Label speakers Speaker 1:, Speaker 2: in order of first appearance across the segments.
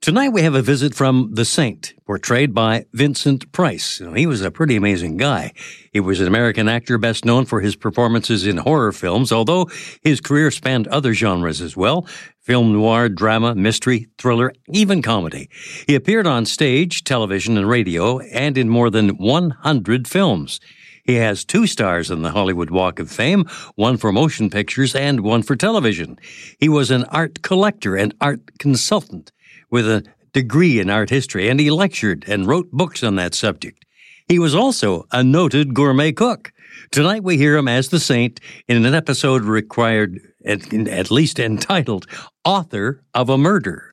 Speaker 1: Tonight we have a visit from the Saint, portrayed by Vincent Price. You know, he was a pretty amazing guy. He was an American actor best known for his performances in horror films, although his career spanned other genres as well film noir, drama, mystery, thriller, even comedy. He appeared on stage, television, and radio, and in more than 100 films. He has two stars on the Hollywood Walk of Fame, one for motion pictures and one for television. He was an art collector and art consultant with a degree in art history, and he lectured and wrote books on that subject. He was also a noted gourmet cook. Tonight we hear him as the saint in an episode required, at, at least entitled, Author of a Murder.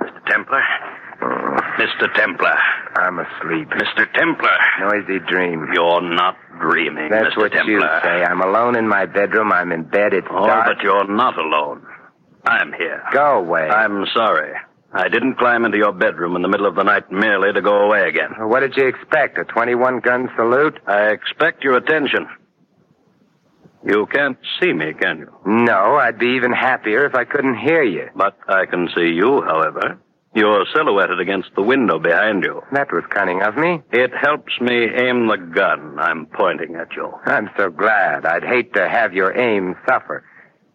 Speaker 2: Mr. Templar? Mr. Templar.
Speaker 3: I'm asleep.
Speaker 2: Mr. Templar.
Speaker 3: Noisy dream.
Speaker 2: You're not dreaming,
Speaker 3: That's
Speaker 2: Mr.
Speaker 3: what you
Speaker 2: Templar.
Speaker 3: say. I'm alone in my bedroom. I'm in bed. It's
Speaker 2: Oh,
Speaker 3: dark.
Speaker 2: but you're not alone. I'm here.
Speaker 3: Go away.
Speaker 2: I'm sorry. I didn't climb into your bedroom in the middle of the night merely to go away again.
Speaker 3: What did you expect? A 21 gun salute?
Speaker 2: I expect your attention. You can't see me, can you?
Speaker 3: No, I'd be even happier if I couldn't hear you.
Speaker 2: But I can see you, however. You're silhouetted against the window behind you.
Speaker 3: That was cunning of me.
Speaker 2: It helps me aim the gun I'm pointing at you.
Speaker 3: I'm so glad. I'd hate to have your aim suffer.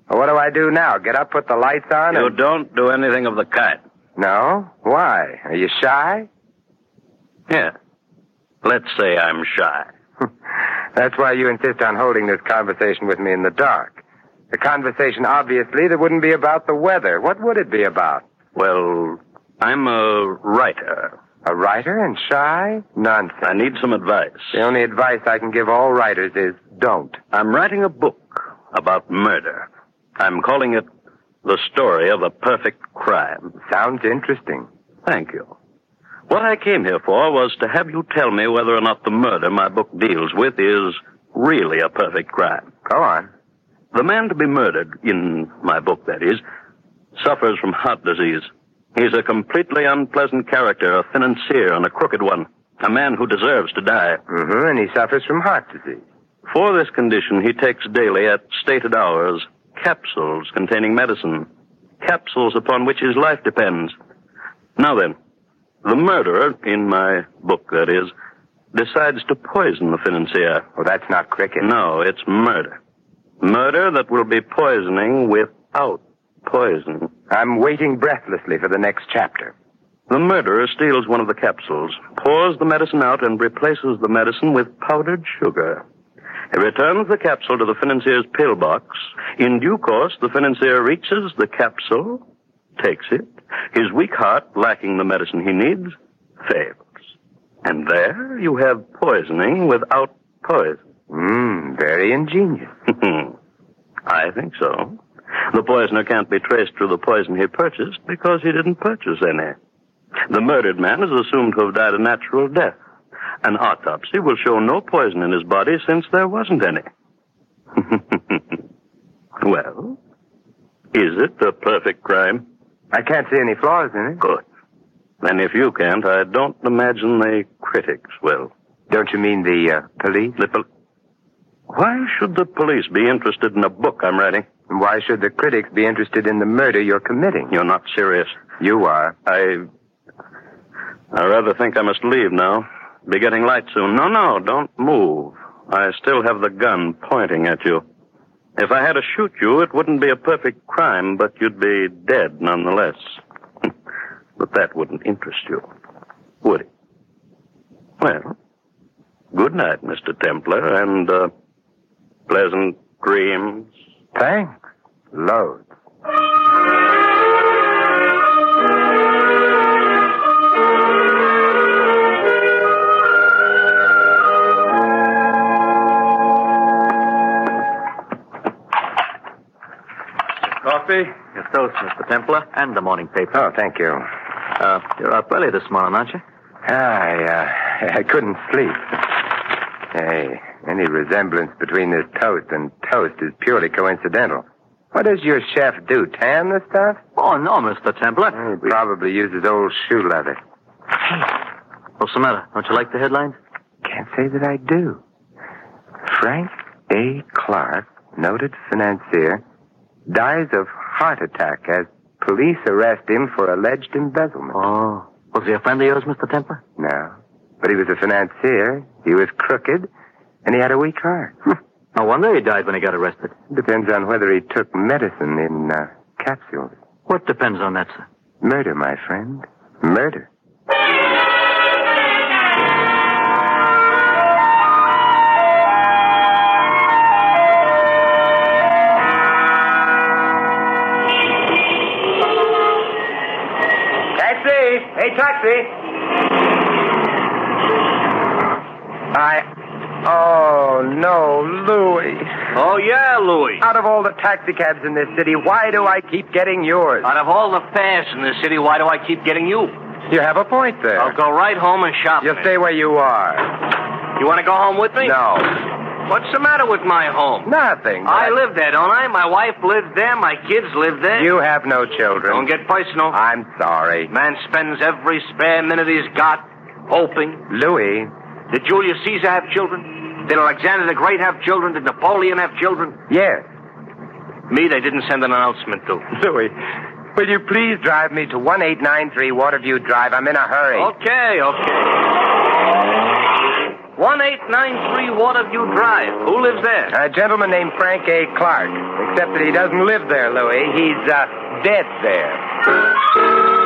Speaker 3: What do I do now? Get up, put the lights on?
Speaker 2: You
Speaker 3: and-
Speaker 2: don't do anything of the kind.
Speaker 3: No? Why? Are you shy?
Speaker 2: Yeah. Let's say I'm shy.
Speaker 3: That's why you insist on holding this conversation with me in the dark. A conversation, obviously, that wouldn't be about the weather. What would it be about?
Speaker 2: Well, I'm a writer.
Speaker 3: A writer and shy? Nonsense.
Speaker 2: I need some advice.
Speaker 3: The only advice I can give all writers is don't.
Speaker 2: I'm writing a book about murder. I'm calling it The Story of a Perfect Crime.
Speaker 3: Sounds interesting.
Speaker 2: Thank you. What I came here for was to have you tell me whether or not the murder my book deals with is really a perfect crime.
Speaker 3: Go on.
Speaker 2: The man to be murdered, in my book that is, suffers from heart disease. He's a completely unpleasant character, a financier and a crooked one, a man who deserves to die.
Speaker 3: Mm-hmm, and he suffers from heart disease.
Speaker 2: For this condition, he takes daily, at stated hours, capsules containing medicine. Capsules upon which his life depends. Now then, the murderer, in my book that is, decides to poison the financier.
Speaker 3: Well, that's not cricket.
Speaker 2: No, it's murder. Murder that will be poisoning without poison.
Speaker 3: I'm waiting breathlessly for the next chapter.
Speaker 2: The murderer steals one of the capsules, pours the medicine out, and replaces the medicine with powdered sugar. He returns the capsule to the financier's pill box. In due course, the financier reaches the capsule, takes it. His weak heart, lacking the medicine he needs, fails. And there you have poisoning without poison.
Speaker 3: Mmm, very ingenious.
Speaker 2: I think so. The poisoner can't be traced to the poison he purchased because he didn't purchase any. The murdered man is assumed to have died a natural death. An autopsy will show no poison in his body since there wasn't any. well, is it the perfect crime?
Speaker 3: I can't see any flaws in it.
Speaker 2: Good. Then if you can't, I don't imagine the critics will.
Speaker 3: Don't you mean the uh, police?
Speaker 2: The pol- Why should the police be interested in a book I'm writing?
Speaker 3: And Why should the critics be interested in the murder you're committing?
Speaker 2: You're not serious.
Speaker 3: You are.
Speaker 2: I. I rather think I must leave now. Be getting light soon. No, no, don't move. I still have the gun pointing at you. If I had to shoot you, it wouldn't be a perfect crime, but you'd be dead nonetheless. but that wouldn't interest you, would it? Well, good night, Mr. Templar, and uh, pleasant dreams.
Speaker 3: Thanks. Loads.
Speaker 4: Coffee? Your toast, Mr. Templar, and the morning paper.
Speaker 3: Oh, thank you.
Speaker 4: Uh, you're up early this morning, aren't you?
Speaker 3: I, uh, I couldn't sleep. Hey, any resemblance between this toast and toast is purely coincidental. What does your chef do? Tan the stuff?
Speaker 4: Oh, no, Mr. Templar.
Speaker 3: He probably uses old shoe leather.
Speaker 4: What's the matter? Don't you like the headlines?
Speaker 3: Can't say that I do. Frank A. Clark, noted financier, dies of heart attack as police arrest him for alleged embezzlement.
Speaker 4: Oh. Was he a friend of yours, Mr. Templar?
Speaker 3: No. But he was a financier, he was crooked, and he had a weak heart.
Speaker 4: No wonder he died when he got arrested.
Speaker 3: Depends on whether he took medicine in uh, capsules.
Speaker 4: What depends on that, sir?
Speaker 3: Murder, my friend. Murder.
Speaker 5: Taxi! Hey, taxi!
Speaker 3: I. Oh, no, Louis.
Speaker 4: Oh, yeah, Louis.
Speaker 3: Out of all the taxicabs in this city, why do I keep getting yours?
Speaker 4: Out of all the fares in the city, why do I keep getting you?
Speaker 3: You have a point there.
Speaker 4: I'll go right home and shop.
Speaker 3: You'll stay where you are.
Speaker 4: You want to go home with me?
Speaker 3: No.
Speaker 4: What's the matter with my home?
Speaker 3: Nothing.
Speaker 4: I live there, don't I? My wife lives there. My kids live there.
Speaker 3: You have no children.
Speaker 4: don't get personal.
Speaker 3: I'm sorry.
Speaker 4: Man spends every spare minute he's got hoping.
Speaker 3: Louis,
Speaker 4: Did Julius Caesar have children? Did Alexander the Great have children? Did Napoleon have children?
Speaker 3: yes.
Speaker 4: Me, they didn't send an announcement to.
Speaker 3: Louis, will you please drive me to 1893 Waterview Drive? I'm in a hurry.
Speaker 4: Okay, okay. 1893 Waterview Drive. Who lives there?
Speaker 3: A gentleman named Frank A. Clark. Except that he doesn't live there, Louis. He's uh, dead there.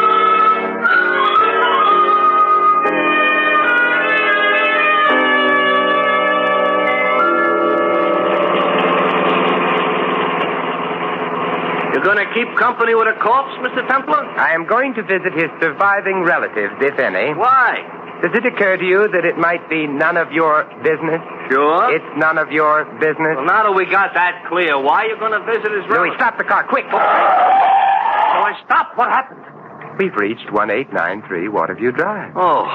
Speaker 4: You're gonna keep company with a corpse, Mr. Templar?
Speaker 3: I am going to visit his surviving relatives, if any.
Speaker 4: Why?
Speaker 3: Does it occur to you that it might be none of your business?
Speaker 4: Sure.
Speaker 3: It's none of your business.
Speaker 4: Well, now that we got that clear, why are you gonna visit his
Speaker 3: Louis,
Speaker 4: relatives?
Speaker 3: stop the car, quick!
Speaker 4: So I stopped. What happened?
Speaker 3: We've reached 1893 Waterview Drive.
Speaker 4: Oh,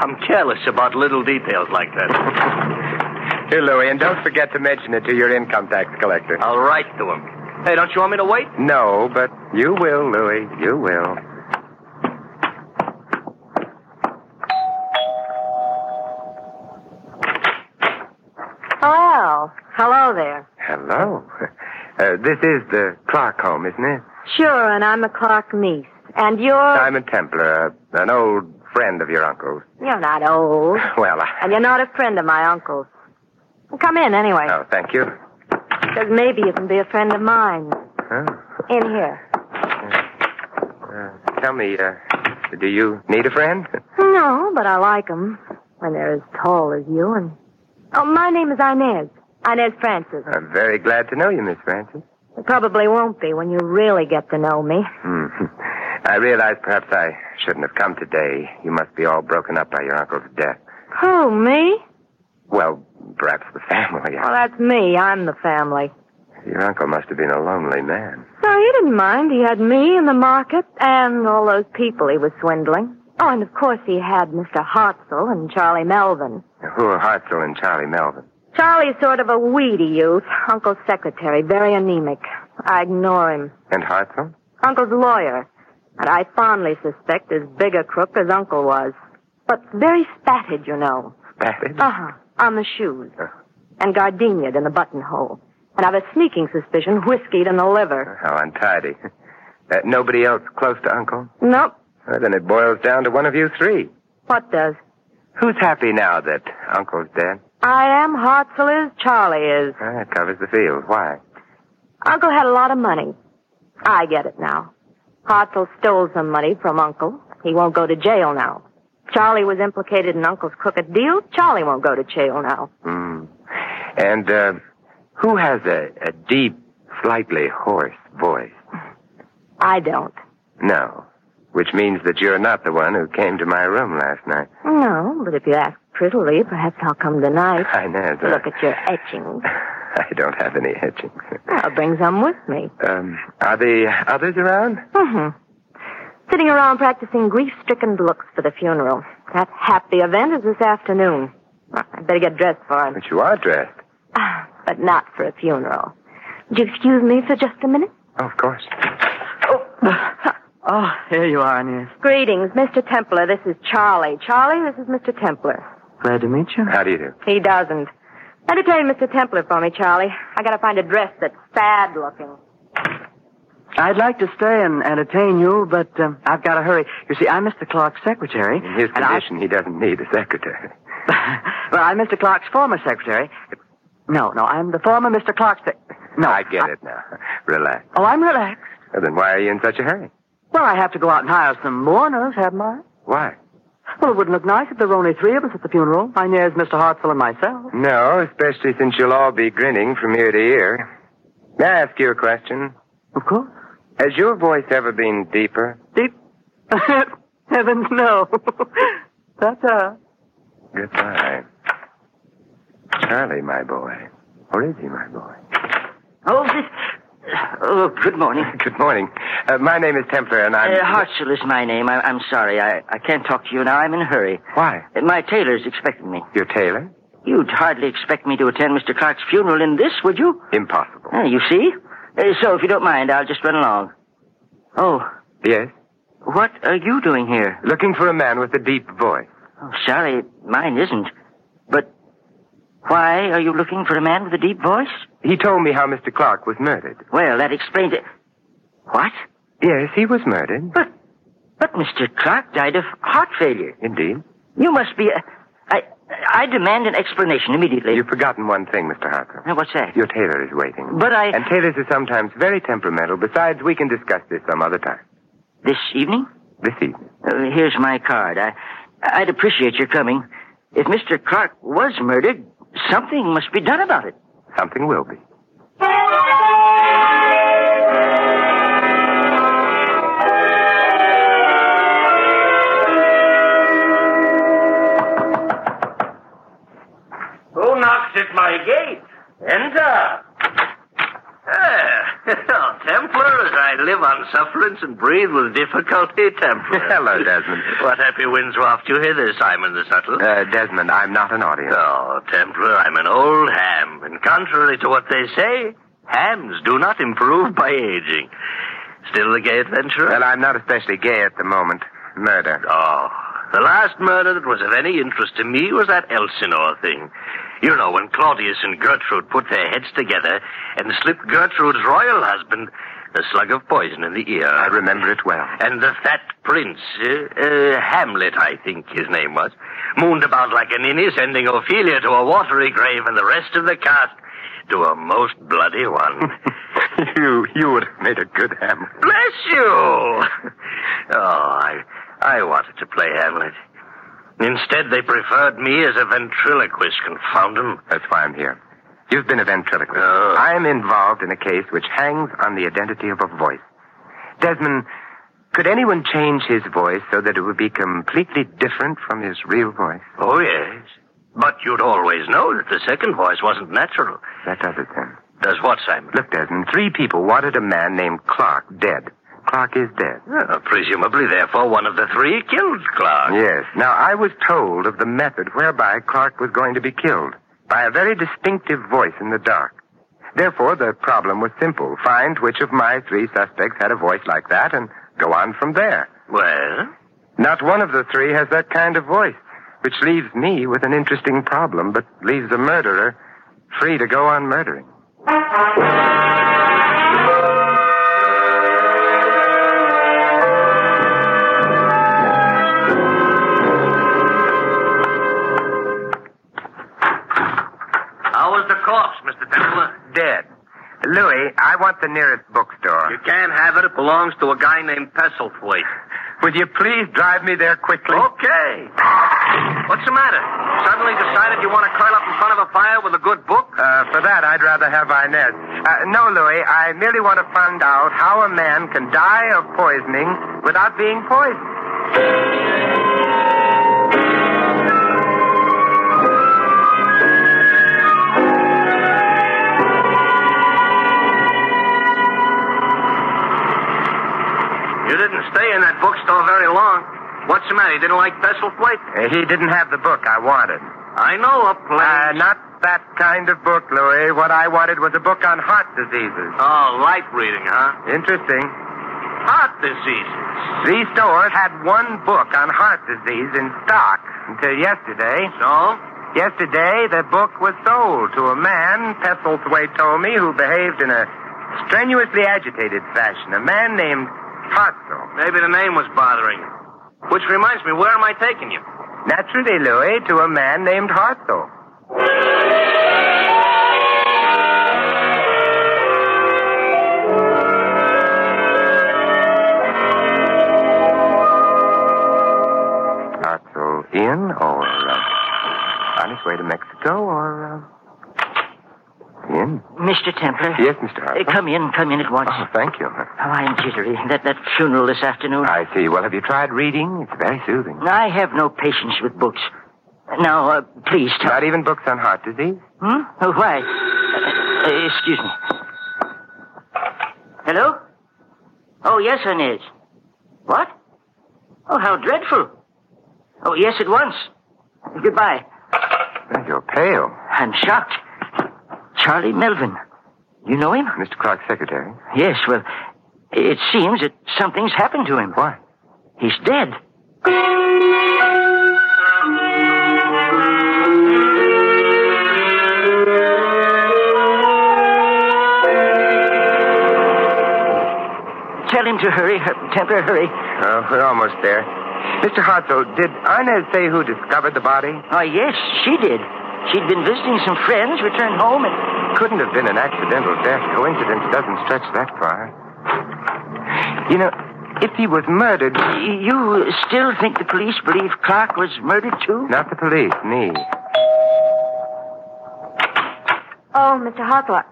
Speaker 4: I'm careless about little details like that.
Speaker 3: Here, Louis, and don't forget to mention it to your income tax collector.
Speaker 4: I'll write to him. Hey, don't you want me to wait?
Speaker 3: No, but you will, Louis. You will.
Speaker 6: Well, hello there.
Speaker 3: Hello. Uh, this is the Clark home, isn't it?
Speaker 6: Sure, and I'm a Clark niece. And you're.
Speaker 3: Simon Templar, uh, an old friend of your uncle's.
Speaker 6: You're not old.
Speaker 3: Well, I.
Speaker 6: And you're not a friend of my uncle's. Well, come in anyway.
Speaker 3: Oh, thank you.
Speaker 6: Because maybe you can be a friend of mine.
Speaker 3: Oh.
Speaker 6: In here.
Speaker 3: Uh, tell me, uh, do you need a friend?
Speaker 6: No, but I like 'em When they're as tall as you and. Oh, my name is Inez. Inez Francis.
Speaker 3: I'm very glad to know you, Miss Francis.
Speaker 6: You probably won't be when you really get to know me.
Speaker 3: Hmm. I realize perhaps I shouldn't have come today. You must be all broken up by your uncle's death.
Speaker 6: Who, me?
Speaker 3: Well, perhaps the family.
Speaker 6: Well, that's me. I'm the family.
Speaker 3: Your uncle must have been a lonely man.
Speaker 6: No, he didn't mind. He had me in the market and all those people he was swindling. Oh, and of course he had Mr. Hartzell and Charlie Melvin.
Speaker 3: Who are Hartzell and Charlie Melvin?
Speaker 6: Charlie's sort of a weedy youth, Uncle's secretary, very anemic. I ignore him.
Speaker 3: And Hartzell?
Speaker 6: Uncle's lawyer, and I fondly suspect as big a crook as Uncle was. But very spatted, you know.
Speaker 3: Spatted?
Speaker 6: Uh huh. On the shoes. And gardenia'd in the buttonhole. And I've a sneaking suspicion whiskeyed in the liver.
Speaker 3: How untidy. Uh, nobody else close to Uncle?
Speaker 6: Nope.
Speaker 3: Well, then it boils down to one of you three.
Speaker 6: What does?
Speaker 3: Who's happy now that Uncle's dead?
Speaker 6: I am, Hartzell is, Charlie is.
Speaker 3: Well, that covers the field. Why?
Speaker 6: Uncle had a lot of money. I get it now. Hartzell stole some money from Uncle. He won't go to jail now. Charlie was implicated in Uncle's crooked deal. Charlie won't go to jail now.
Speaker 3: Hmm. And uh, who has a, a deep, slightly hoarse voice?
Speaker 6: I don't.
Speaker 3: No. Which means that you're not the one who came to my room last night.
Speaker 6: No, but if you ask prettily, perhaps I'll come tonight.
Speaker 3: I know that.
Speaker 6: Look at your etchings.
Speaker 3: I don't have any etchings.
Speaker 6: I'll bring some with me.
Speaker 3: Um, are the others around?
Speaker 6: Mm-hmm. Sitting around practicing grief-stricken looks for the funeral. That happy event is this afternoon. I better get dressed for it,
Speaker 3: But you are dressed.
Speaker 6: but not for a funeral. Would you excuse me for just a minute?
Speaker 3: Oh, of course.
Speaker 5: Oh, here you are, Inez.
Speaker 6: Greetings, Mr. Templar. This is Charlie. Charlie, this is Mr. Templar.
Speaker 5: Glad to meet you.
Speaker 3: How do you do?
Speaker 6: He doesn't. Entertain Mr. Templar for me, Charlie. I gotta find a dress that's sad looking.
Speaker 5: I'd like to stay and entertain you, but um, I've got to hurry. You see, I'm Mr. Clark's secretary.
Speaker 3: In his
Speaker 5: and I-
Speaker 3: condition, he doesn't need a secretary.
Speaker 5: well, I'm Mr. Clark's former secretary. No, no, I'm the former Mr. Clark's. sec- no,
Speaker 3: I get it now. Relax.
Speaker 5: Oh, I'm relaxed.
Speaker 3: Well, then why are you in such a hurry?
Speaker 5: Well, I have to go out and hire some mourners, haven't I?
Speaker 3: Why?
Speaker 5: Well, it wouldn't look nice if there were only three of us at the funeral. Inez, Mr. Hartzell, and myself.
Speaker 3: No, especially since you'll all be grinning from ear to ear. May I ask you a question?
Speaker 5: Of course.
Speaker 3: Has your voice ever been deeper?
Speaker 5: Deep. Heavens, no. uh, That's her.
Speaker 3: Goodbye. Charlie, my boy. Or is he my boy?
Speaker 5: Oh, this... oh good morning.
Speaker 3: Good morning. Uh, my name is Templar, and I'm.
Speaker 7: Uh, Hartzell is my name. I, I'm sorry. I, I can't talk to you now. I'm in a hurry.
Speaker 3: Why?
Speaker 7: Uh, My tailor's expecting me.
Speaker 3: Your tailor?
Speaker 7: You'd hardly expect me to attend Mr. Clark's funeral in this, would you?
Speaker 3: Impossible.
Speaker 7: Uh, you see? Uh, so, if you don't mind, I'll just run along. Oh,
Speaker 3: Yes.
Speaker 7: what are you doing here?
Speaker 3: Looking for a man with a deep voice.
Speaker 7: Oh, sorry, mine isn't. But why are you looking for a man with a deep voice?
Speaker 3: He told me how Mr. Clark was murdered.
Speaker 7: Well, that explains it. What?
Speaker 3: Yes, he was murdered.
Speaker 7: But, but Mr. Clark died of heart failure.
Speaker 3: Indeed.
Speaker 7: You must be. A, I, I demand an explanation immediately.
Speaker 3: You've forgotten one thing, Mr. Harker.
Speaker 7: Now, what's that?
Speaker 3: Your tailor is waiting.
Speaker 7: But I.
Speaker 3: And tailors are sometimes very temperamental. Besides, we can discuss this some other time.
Speaker 7: This evening?
Speaker 3: This evening.
Speaker 7: Uh, here's my card. I, I'd appreciate your coming. If Mr. Clark was murdered, something must be done about it.
Speaker 3: Something will be.
Speaker 4: Who knocks at my gate? Enter. Ah, Templar, as I live on sufferance and breathe with difficulty, Templar.
Speaker 3: Hello, Desmond.
Speaker 4: What happy winds waft you hither, Simon the Subtle?
Speaker 3: Uh, Desmond, I'm not an audience.
Speaker 4: Oh, Templar, I'm an old ham, and contrary to what they say, hams do not improve by aging. Still the gay adventurer?
Speaker 3: Well, I'm not especially gay at the moment. Murder.
Speaker 4: Oh, the last murder that was of any interest to me was that Elsinore thing. You know, when Claudius and Gertrude put their heads together and slipped Gertrude's royal husband a slug of poison in the ear.
Speaker 3: I remember it well.
Speaker 4: And the fat prince, uh, uh, Hamlet, I think his name was, mooned about like an ninny, sending Ophelia to a watery grave and the rest of the cast to a most bloody one.
Speaker 3: you you would have made a good Hamlet.
Speaker 4: Bless you! Oh, I, I wanted to play Hamlet. Instead, they preferred me as a ventriloquist, confound 'em.
Speaker 3: That's why I'm here. You've been a ventriloquist.
Speaker 4: Oh.
Speaker 3: Uh. I'm involved in a case which hangs on the identity of a voice. Desmond, could anyone change his voice so that it would be completely different from his real voice?
Speaker 4: Oh, yes. But you'd always know that the second voice wasn't natural.
Speaker 3: That does it then.
Speaker 4: Does what, Simon?
Speaker 3: Look, Desmond, three people wanted a man named Clark dead. Clark is dead.
Speaker 4: Well, Uh, presumably, therefore, one of the three killed Clark.
Speaker 3: Uh, Yes. Now, I was told of the method whereby Clark was going to be killed by a very distinctive voice in the dark. Therefore, the problem was simple. Find which of my three suspects had a voice like that and go on from there.
Speaker 4: Well,
Speaker 3: Not one of the three has that kind of voice, which leaves me with an interesting problem, but leaves the murderer free to go on murdering.
Speaker 4: how was the corpse, Mr. Templer?
Speaker 3: Dead. Louis, I want the nearest
Speaker 4: You
Speaker 3: bookstore.
Speaker 4: can't have it. It belongs to a guy named Pestlethwaite.
Speaker 3: Will you please drive me there quickly?
Speaker 4: Okay. What's the matter? Suddenly decided you want to curl up in front of a fire with a good book?
Speaker 3: Uh, for that, I'd rather have Inez. Uh, no, Louis, I merely want to find out how a man can die of poisoning without being poisoned.
Speaker 4: You didn't stay in that bookstore very long. What's the matter? You didn't like Pestlethwaite?
Speaker 3: Uh, he didn't have the book I wanted.
Speaker 4: I know a
Speaker 3: Uh,
Speaker 4: place.
Speaker 3: not that kind of book, Louis. What I wanted was a book on heart diseases.
Speaker 4: Oh, light reading, huh?
Speaker 3: Interesting.
Speaker 4: Heart diseases.
Speaker 3: These stores had one book on heart disease in stock until yesterday.
Speaker 4: So?
Speaker 3: Yesterday, the book was sold to a man, Pestlethwaite told me, who behaved in a strenuously agitated fashion. A man named Hartzell.
Speaker 4: Maybe the name was bothering you. Which reminds me, where am I taking you?
Speaker 3: Naturally, Louis, to a man named Hartzell. Hartzell in or uh, on his way to Mexico or uh, in?
Speaker 7: Mr. Templer.
Speaker 3: Yes, Mr.
Speaker 7: Uh,
Speaker 3: Hartzell.
Speaker 7: come in, come in at once.
Speaker 3: Oh, thank you.
Speaker 7: Oh, I'm jittery. That, that funeral this afternoon.
Speaker 3: I see. Well, have you tried reading? It's very soothing.
Speaker 7: I have no patience with books. Now, uh, please tell
Speaker 3: Not even books on heart disease?
Speaker 7: Hmm? Oh, why? Uh, uh, excuse me. Hello? Oh, yes, Inez. What? Oh, how dreadful. Oh, yes, at once. Goodbye.
Speaker 3: Well, You're pale.
Speaker 7: I'm shocked. Charlie Melvin. You know him?
Speaker 3: Mr. Clark's secretary.
Speaker 7: Yes, well, it seems that something's happened to him.
Speaker 3: Why?
Speaker 7: He's dead. Tell him to hurry, Her- Templar, hurry.
Speaker 3: Oh, we're almost there. Mr. Hartzell, did Inez say who discovered the body?
Speaker 7: Oh, yes, she did. She'd been visiting some friends, returned home, and.
Speaker 3: Couldn't have been an accidental death. Coincidence doesn't stretch that far. You know, if he was murdered,
Speaker 7: You still think the police believe Clark was murdered, too?
Speaker 3: not the police, me.
Speaker 6: Oh, Mr. Hartler.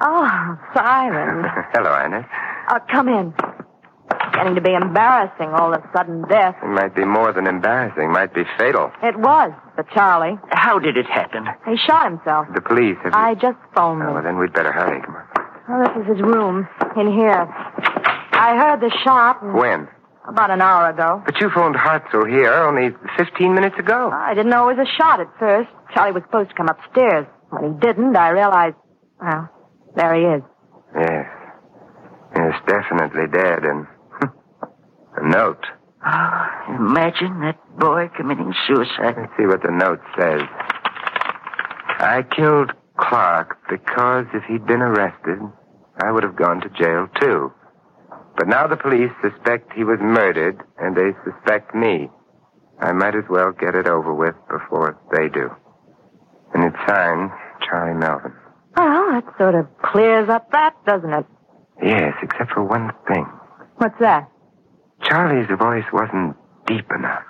Speaker 6: Oh, Siren.
Speaker 3: Hello, Inez.
Speaker 6: Oh, come in. It's Getting to be embarrassing, all of sudden death.
Speaker 3: It might be more than embarrassing, might be fatal.
Speaker 6: It was for Charlie.
Speaker 7: How did it happen?
Speaker 6: He shot himself.
Speaker 3: The police have.
Speaker 6: I just phoned
Speaker 3: Oh, well,
Speaker 6: him.
Speaker 3: then we'd better hurry. Come on.
Speaker 6: Well, this is his room, in here. I heard the shot
Speaker 3: When?
Speaker 6: about an hour ago.
Speaker 3: But you phoned Hartzell here only 15 minutes ago.
Speaker 6: I didn't know it was a shot at first. Charlie was supposed to come upstairs. When he didn't, I realized, well, there he is.
Speaker 3: Yes. Yes, definitely dead. And a note.
Speaker 7: Imagine that boy committing suicide.
Speaker 3: Let's see what the note says. I killed Clark because if he'd been arrested, I would have gone to jail too. But now the police suspect he was murdered, and they suspect me. I might as well get it over with before they do. And it's signed Charlie Melvin.
Speaker 6: Well, that sort of clears up that, doesn't it?
Speaker 3: Yes, except for one thing.
Speaker 6: What's that?
Speaker 3: Charlie's voice wasn't deep enough.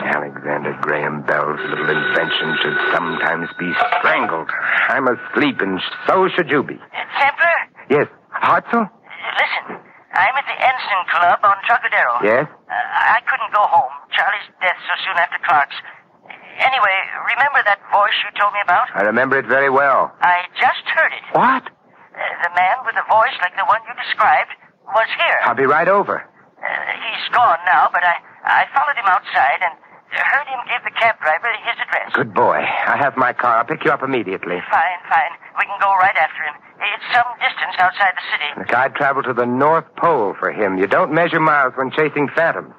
Speaker 3: Alexander Graham Bell's little invention should sometimes be strangled. I'm asleep, and so should you be.
Speaker 7: Templar,
Speaker 3: Yes, Hartzell?
Speaker 7: Listen, I'm at the Ensign Club on Trocadero.
Speaker 3: Yes?
Speaker 7: Uh, I couldn't go home. Charlie's death so soon after Clark's. Anyway, remember that voice you told me about?
Speaker 3: I remember it very well.
Speaker 7: I just heard it.
Speaker 3: What?
Speaker 7: Uh, the man with a voice like the one you described was here.
Speaker 3: I'll be right over.
Speaker 7: Uh, he's gone now, but I, I followed him outside and heard him give the cab driver his address.
Speaker 3: Good boy. I have my car. I'll pick you up immediately.
Speaker 7: Fine, fine. We can go right after him. It's some distance outside the city.
Speaker 3: Look, I'd travel to the North Pole for him. You don't measure miles when chasing phantoms.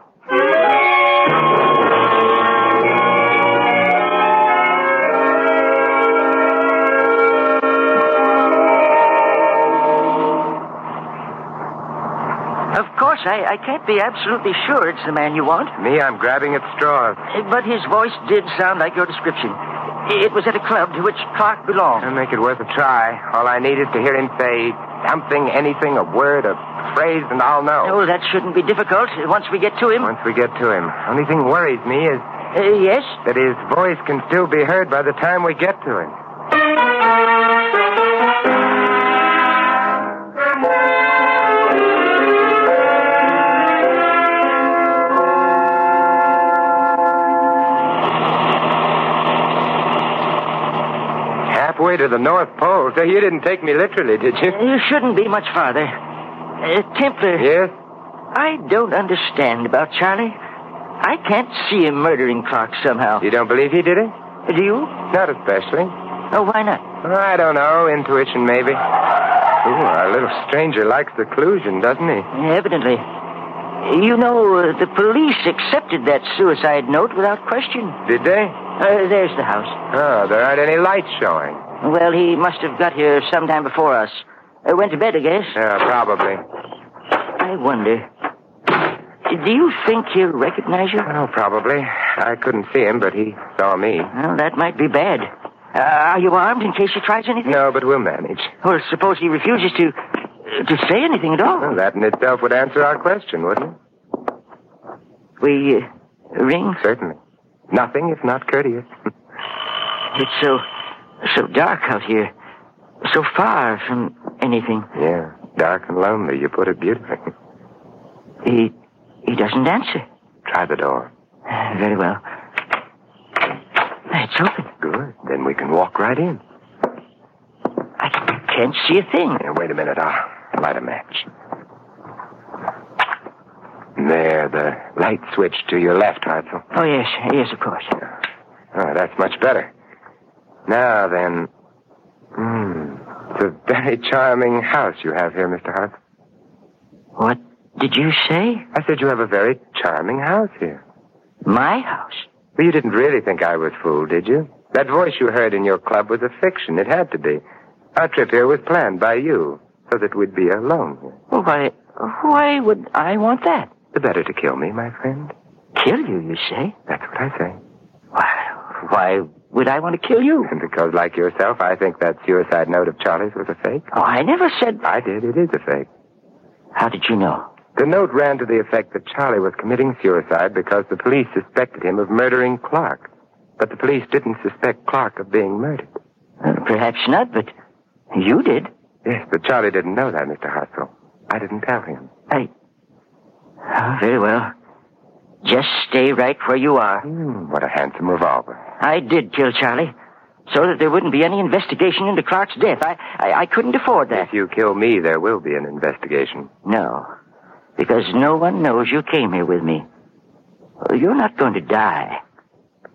Speaker 7: Of course, I, I can't be absolutely sure it's the man you want.
Speaker 3: Me, I'm grabbing at straws.
Speaker 7: Uh, But his voice did sound like your description. I- It was at a club to which Clark belonged.
Speaker 3: I'll make it worth a try. All I need is to hear him say something, anything, a word, a phrase, and I'll know.
Speaker 7: Oh, that shouldn't be difficult uh, once we get to him.
Speaker 3: Once we get to him. Only thing worries me is
Speaker 7: Uh, yes?
Speaker 3: that his voice can still be heard by the time we get to him. Halfway to the North Pole. So you didn't take me literally, did you?
Speaker 7: You shouldn't be much farther. Uh, Templar,
Speaker 3: Yes?
Speaker 7: I don't understand about Charlie. I can't see him murdering Clark somehow.
Speaker 3: You don't believe he did it?
Speaker 7: Do you?
Speaker 3: Not especially.
Speaker 7: Oh, why not?
Speaker 3: I don't know. Intuition, maybe. Ooh, our little stranger likes seclusion, doesn't he?
Speaker 7: Evidently. You know, uh, the police accepted that suicide note without question.
Speaker 3: Did they?
Speaker 7: Uh, there's the house.
Speaker 3: Oh, there aren't any lights showing.
Speaker 7: Well, he must have got here sometime before us. Uh, went to bed, I guess.
Speaker 3: Yeah, probably.
Speaker 7: I wonder. Do you think he'll recognize you?
Speaker 3: Well, probably. I couldn't see him, but he saw me.
Speaker 7: Well, that might be bad. Uh, are you armed in case he tries anything?
Speaker 3: No, but we'll manage.
Speaker 7: Well, suppose he refuses to uh, to say anything at all.
Speaker 3: Well, that in itself would answer our question, wouldn't it?
Speaker 7: We uh, ring.
Speaker 3: Certainly. Nothing if not courteous.
Speaker 7: It's so so dark out here, so far from anything.
Speaker 3: yeah, dark and lonely. You put it beautifully.
Speaker 7: He he doesn't answer.
Speaker 3: Try the door.
Speaker 7: Uh, Very well. It's open.
Speaker 3: Good. Then we can walk right in.
Speaker 7: I can't see a thing.
Speaker 3: Here, wait a minute. I'll light a match. There, the light switch to your left, Hartzell.
Speaker 7: Oh yes, yes, of course.
Speaker 3: Oh, that's much better. Now then. Hmm. It's a very charming house you have here, Mr. Hart.
Speaker 7: What did you say?
Speaker 3: I said you have a very charming house here.
Speaker 7: My house.
Speaker 3: Well, you didn't really think I was fooled, did you? That voice you heard in your club was a fiction. It had to be. Our trip here was planned by you, so that we'd be alone here.
Speaker 7: Well, why, why would I want that?
Speaker 3: The better to kill me, my friend.
Speaker 7: Kill you, you say?
Speaker 3: That's what I say.
Speaker 7: Why, why would I want to kill you?
Speaker 3: And because, like yourself, I think that suicide note of Charlie's was a fake.
Speaker 7: Oh, I never said.
Speaker 3: I did. It is a fake.
Speaker 7: How did you know?
Speaker 3: The note ran to the effect that Charlie was committing suicide because the police suspected him of murdering Clark. But the police didn't suspect Clark of being murdered.
Speaker 7: Uh, perhaps not, but you did.
Speaker 3: Yes, but Charlie didn't know that, Mr. Hartzell. I didn't tell him.
Speaker 7: I. Oh, very well. Just stay right where you are.
Speaker 3: Hmm, what a handsome revolver.
Speaker 7: I did kill Charlie, so that there wouldn't be any investigation into Clark's death. I, I, I couldn't afford that.
Speaker 3: If you kill me, there will be an investigation.
Speaker 7: No, because no one knows you came here with me. Oh, You're not going to die.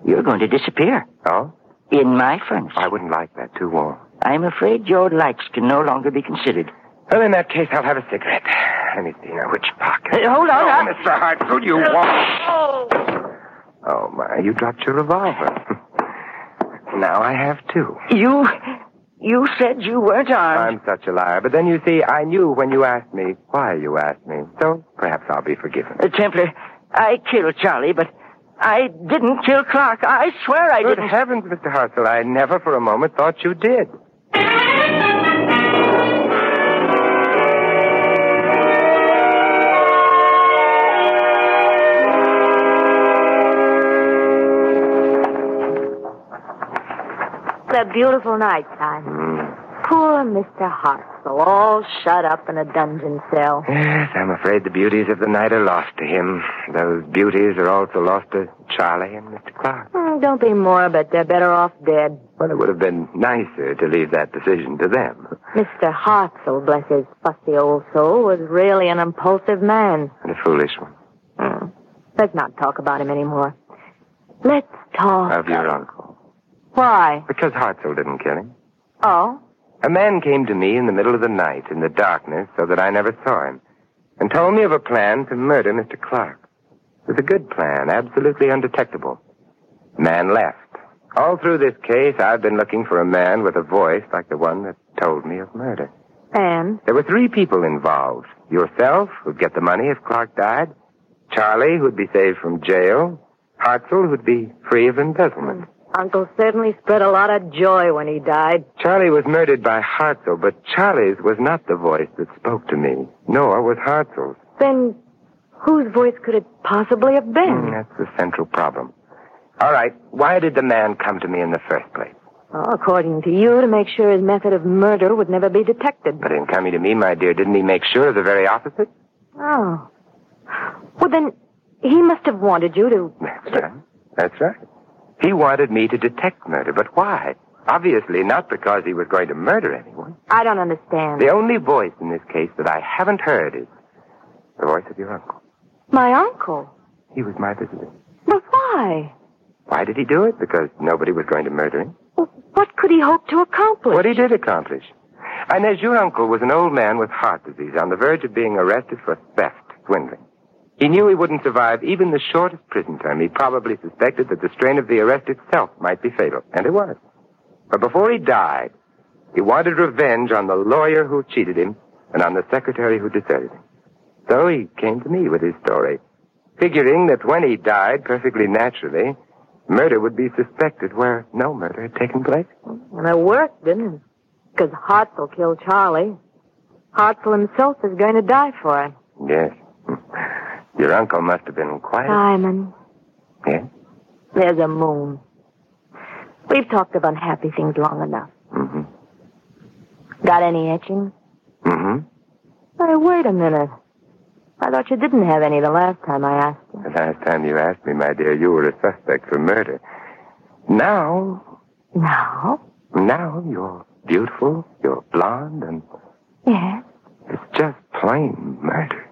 Speaker 7: You're going to disappear
Speaker 3: Oh?
Speaker 7: in my furnace.
Speaker 3: I wouldn't like that. Too warm.
Speaker 7: I'm afraid your likes can no longer be considered.
Speaker 3: Well, in that case, I'll have a cigarette. Let me see now which pocket.
Speaker 7: Hey, hold on,
Speaker 3: oh,
Speaker 7: I-
Speaker 3: Mr. Hartzell, you won't. Oh, my, you dropped your revolver. now I have two.
Speaker 7: You, you said you weren't armed.
Speaker 3: I'm such a liar. But then you see, I knew when you asked me why you asked me. So perhaps I'll be forgiven.
Speaker 7: Uh, Templar, I killed Charlie, but I didn't kill Clark. I swear I
Speaker 3: Good
Speaker 7: didn't.
Speaker 3: heavens, Mr. Hartzell, I never for a moment thought you did.
Speaker 6: It's a beautiful night, Simon. Poor Mr. Hartzell. now, all shut up in a dungeon cell.
Speaker 3: Yes, I'm afraid the beauties of the night are lost to him. Those beauties are also lost to Charlie and Mr. Clark.
Speaker 6: Mm, don't be morbid. They're better off dead.
Speaker 3: Well, it would have been nicer to leave that decision to them.
Speaker 6: Mr. Hartzell, bless his fussy old soul, was really an impulsive man.
Speaker 3: And a foolish one.
Speaker 6: Let's not talk about him anymore. Let's talk.
Speaker 3: Of your uncle.
Speaker 6: Why?
Speaker 3: Because Hartzell didn't kill him.
Speaker 6: Oh,
Speaker 3: A man came to me in the middle of the night, in the darkness, so that I never saw him, and told me of a plan to murder Mr. Clark. It was a good plan, absolutely undetectable. The man left. All through this case, I've been looking for a man with a voice like the one that told me of murder.
Speaker 6: and?
Speaker 3: There were three people involved. Yourself, who'd get the money if Clark died. Charlie, who'd be saved from jail. Hartzell, who'd be free of embezzlement.
Speaker 6: Uncle certainly spread a lot of joy when he died.
Speaker 3: Charlie was murdered by Hartzell, but Charlie's was not the voice that spoke to me, nor was Hartzell's.
Speaker 6: Then whose voice could it possibly have been?
Speaker 3: Mm, That's the central problem. All right, why did the man come to me in the first place?
Speaker 6: Oh, according to you, to make sure his method of murder would never be detected.
Speaker 3: But in coming to me, my dear, didn't he make sure of the very opposite?
Speaker 6: Oh. Well, then he must have wanted you to.
Speaker 3: That's right. That's right. He wanted me to detect murder, but why? Obviously not because he was going to murder anyone.
Speaker 6: I don't understand.
Speaker 3: The only voice in this case that I haven't heard is the voice of your uncle.
Speaker 6: My uncle.
Speaker 3: He was my visitor.
Speaker 6: But why?
Speaker 3: Why did he do it? Because nobody was going to murder him.
Speaker 6: What could he hope to accomplish?
Speaker 3: What he did accomplish. Inez, your uncle was an old man with heart disease on the verge of being arrested for theft, swindling. He knew he wouldn't survive even the shortest prison term. He probably suspected that the strain of the arrest itself might be fatal, and it was. But before he died, he wanted revenge on the lawyer who cheated him and on the secretary who deserted him. So he came to me with his story, figuring that when he died, perfectly naturally, murder would be suspected where no murder had taken place.
Speaker 6: And it worked, didn't it? Because Hartzell killed Charlie. Hartzell himself is going to die for it.
Speaker 3: Yes. Your uncle must have been quite.
Speaker 6: Simon.
Speaker 3: Yeah?
Speaker 6: There's a moon. We've talked of unhappy things long enough.
Speaker 3: Mm-hmm.
Speaker 6: Got any etchings?
Speaker 3: Mm-hmm.
Speaker 6: Hey, wait a minute. I thought you didn't have any the last time I asked.
Speaker 3: The last time you asked me, my dear, you were a suspect for murder. Now,
Speaker 6: No.
Speaker 3: now you're beautiful, you're blonde, and
Speaker 6: Yes.
Speaker 3: it's just plain murder.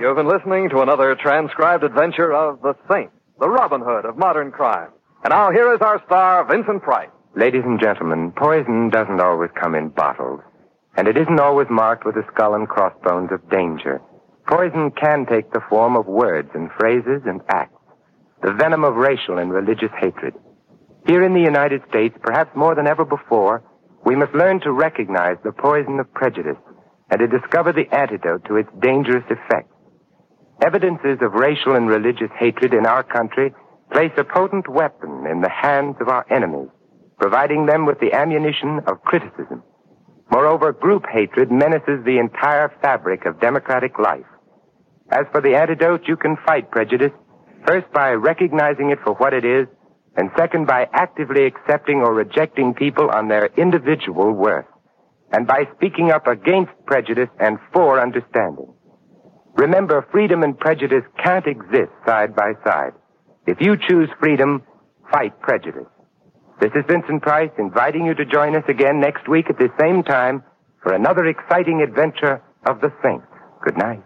Speaker 8: You've been listening to another transcribed adventure of The Saint, the Robin Hood of modern crime. And now here is our star, Vincent Price.
Speaker 3: Ladies and gentlemen, poison doesn't always come in bottles, and it isn't always marked with the skull and crossbones of danger. Poison can take the form of words and phrases and acts, the venom of racial and religious hatred. Here in the United States, perhaps more than ever before, we must learn to recognize the poison of prejudice and to discover the antidote to its dangerous effects. Evidences of racial and religious hatred in our country place a potent weapon in the hands of our enemies providing them with the ammunition of criticism. Moreover, group hatred menaces the entire fabric of democratic life. As for the antidote, you can fight prejudice, first by recognizing it for what it is, and second by actively accepting or rejecting people on their individual worth, and by speaking up against prejudice and for understanding. Remember, freedom and prejudice can't exist side by side. If you choose freedom, fight prejudice. This is Vincent Price inviting you to join us again next week at this same time for another exciting adventure of the Saints. Good night.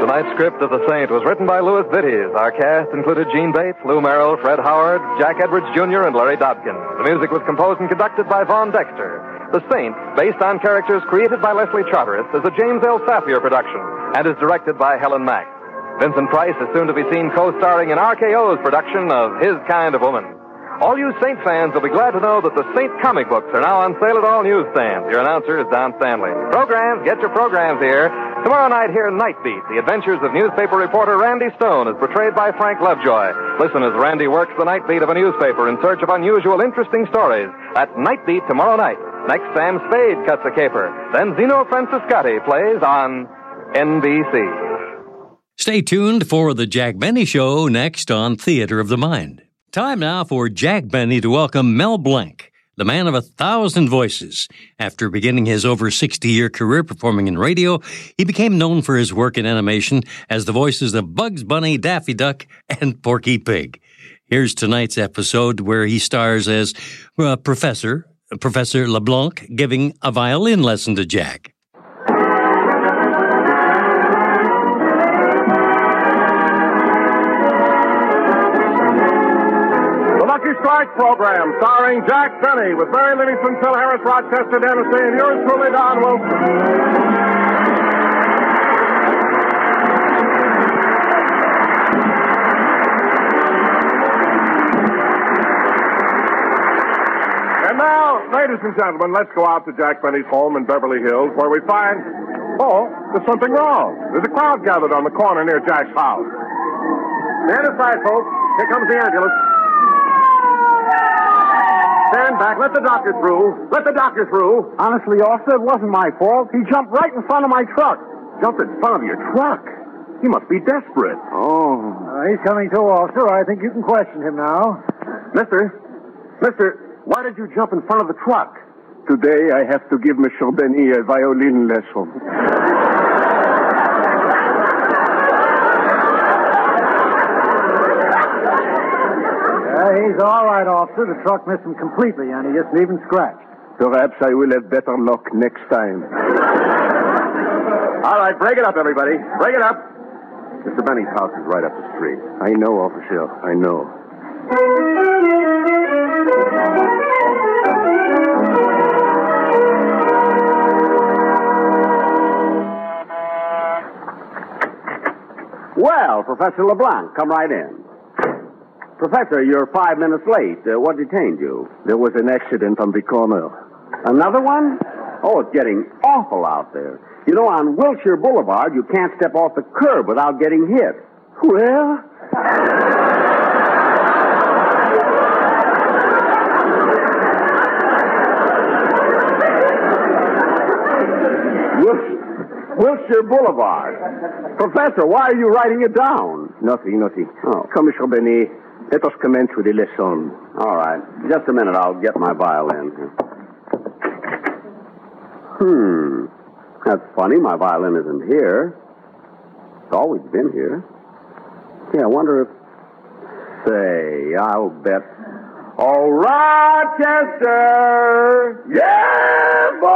Speaker 8: Tonight's script of The Saint was written by Louis Vittes. Our cast included Gene Bates, Lou Merrill, Fred Howard, Jack Edwards Jr., and Larry Dobkins. The music was composed and conducted by Vaughn Dexter. The Saint, based on characters created by Leslie Charteris, is a James L. Safier production and is directed by Helen Mack. Vincent Price is soon to be seen co-starring in RKO's production of His Kind of Woman. All you Saint fans will be glad to know that the Saint comic books are now on sale at all newsstands. Your announcer is Don Stanley. Programs, get your programs here. Tomorrow night, hear Night Beat, the adventures of newspaper reporter Randy Stone, as portrayed by Frank Lovejoy. Listen as Randy works the night beat of a newspaper in search of unusual, interesting stories. That's Night Beat tomorrow night. Next, Sam Spade cuts a caper. Then Zeno Francescotti plays on NBC.
Speaker 1: Stay tuned for the Jack Benny Show next on Theater of the Mind. Time now for Jack Benny to welcome Mel Blanc, the man of a thousand voices. After beginning his over 60 year career performing in radio, he became known for his work in animation as the voices of Bugs Bunny, Daffy Duck, and Porky Pig. Here's tonight's episode where he stars as uh, Professor, Professor LeBlanc, giving a violin lesson to Jack.
Speaker 9: The Lucky Strike program, starring Jack Benny, with Mary Livingston, Phil Harris, Rochester Dennison, and yours truly, Don Wilson. And now, ladies and gentlemen, let's go out to Jack Benny's home in Beverly Hills, where we find, oh, there's something wrong. There's a crowd gathered on the corner near Jack's house. Stand aside, folks. Here comes the ambulance. Stand back. Let the doctor through. Let the doctor through. Honestly, officer, it wasn't my fault. He jumped right in front of my truck. Jumped in front of your truck? He must be desperate. Oh.
Speaker 10: Uh, he's coming to, officer. I think you can question him now.
Speaker 9: Mister, mister, why did you jump in front of the truck? Today I have to give Michel Benny a violin lesson.
Speaker 10: Yeah, he's all right, officer. The truck missed him completely, and he isn't even scratched.
Speaker 9: Perhaps I will have better luck next time. All right, break it up, everybody. Break it up. Mr. Benny's house is right up the street. I know, officer. I know.
Speaker 11: Well, Professor LeBlanc, come right in. Professor, you're five minutes late. Uh, what detained you?
Speaker 9: There was an accident on the corner.
Speaker 11: Another one? Oh, it's getting awful out there. You know, on Wilshire Boulevard, you can't step off the curb without getting hit. Well? Wil- Wilshire Boulevard. Professor, why are you writing it down?
Speaker 9: Nothing, nothing.
Speaker 11: Oh.
Speaker 9: Commissioner Benny, let us commence with the lesson.
Speaker 11: All right. Just a minute. I'll get my violin. Hmm. That's funny. My violin isn't here. It's always been here. Yeah, I wonder if. Say, I'll bet. Oh, Rochester! Yeah, boy!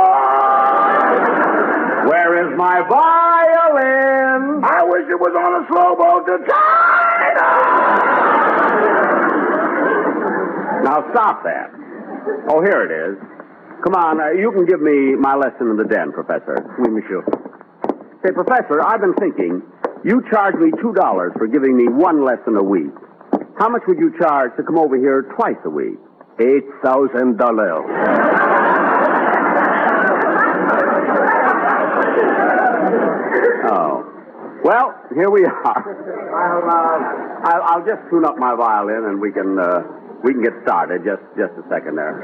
Speaker 11: Where is my violin? I wish it was on a slow boat to China! Now stop that. Oh, here it is. Come on, uh, you can give me my lesson in the den, Professor. Oui, monsieur. Say, Professor, I've been thinking. You charge me $2 for giving me one lesson a week. How much would you charge to come over here twice a week? $8,000. Oh. Well, here we are. I'll, uh, I'll, I'll just tune up my violin and we can, uh, we can get started. Just, just a second there.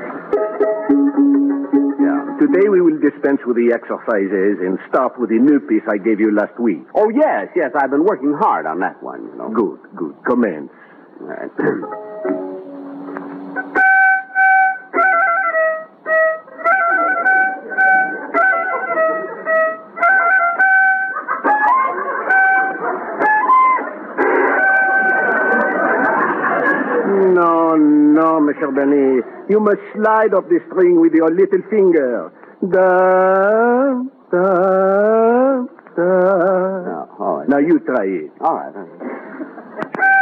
Speaker 9: Yeah. Today we will dispense with the exercises and start with the new piece I gave you last week.
Speaker 11: Oh, yes, yes, I've been working hard on that one, you know.
Speaker 9: Good, good. Commence.
Speaker 11: All right.
Speaker 9: No, no, Monsieur Benny. You must slide up the string with your little finger. Da, da, da.
Speaker 11: Now, all right.
Speaker 9: Now you try it.
Speaker 11: All right. all right.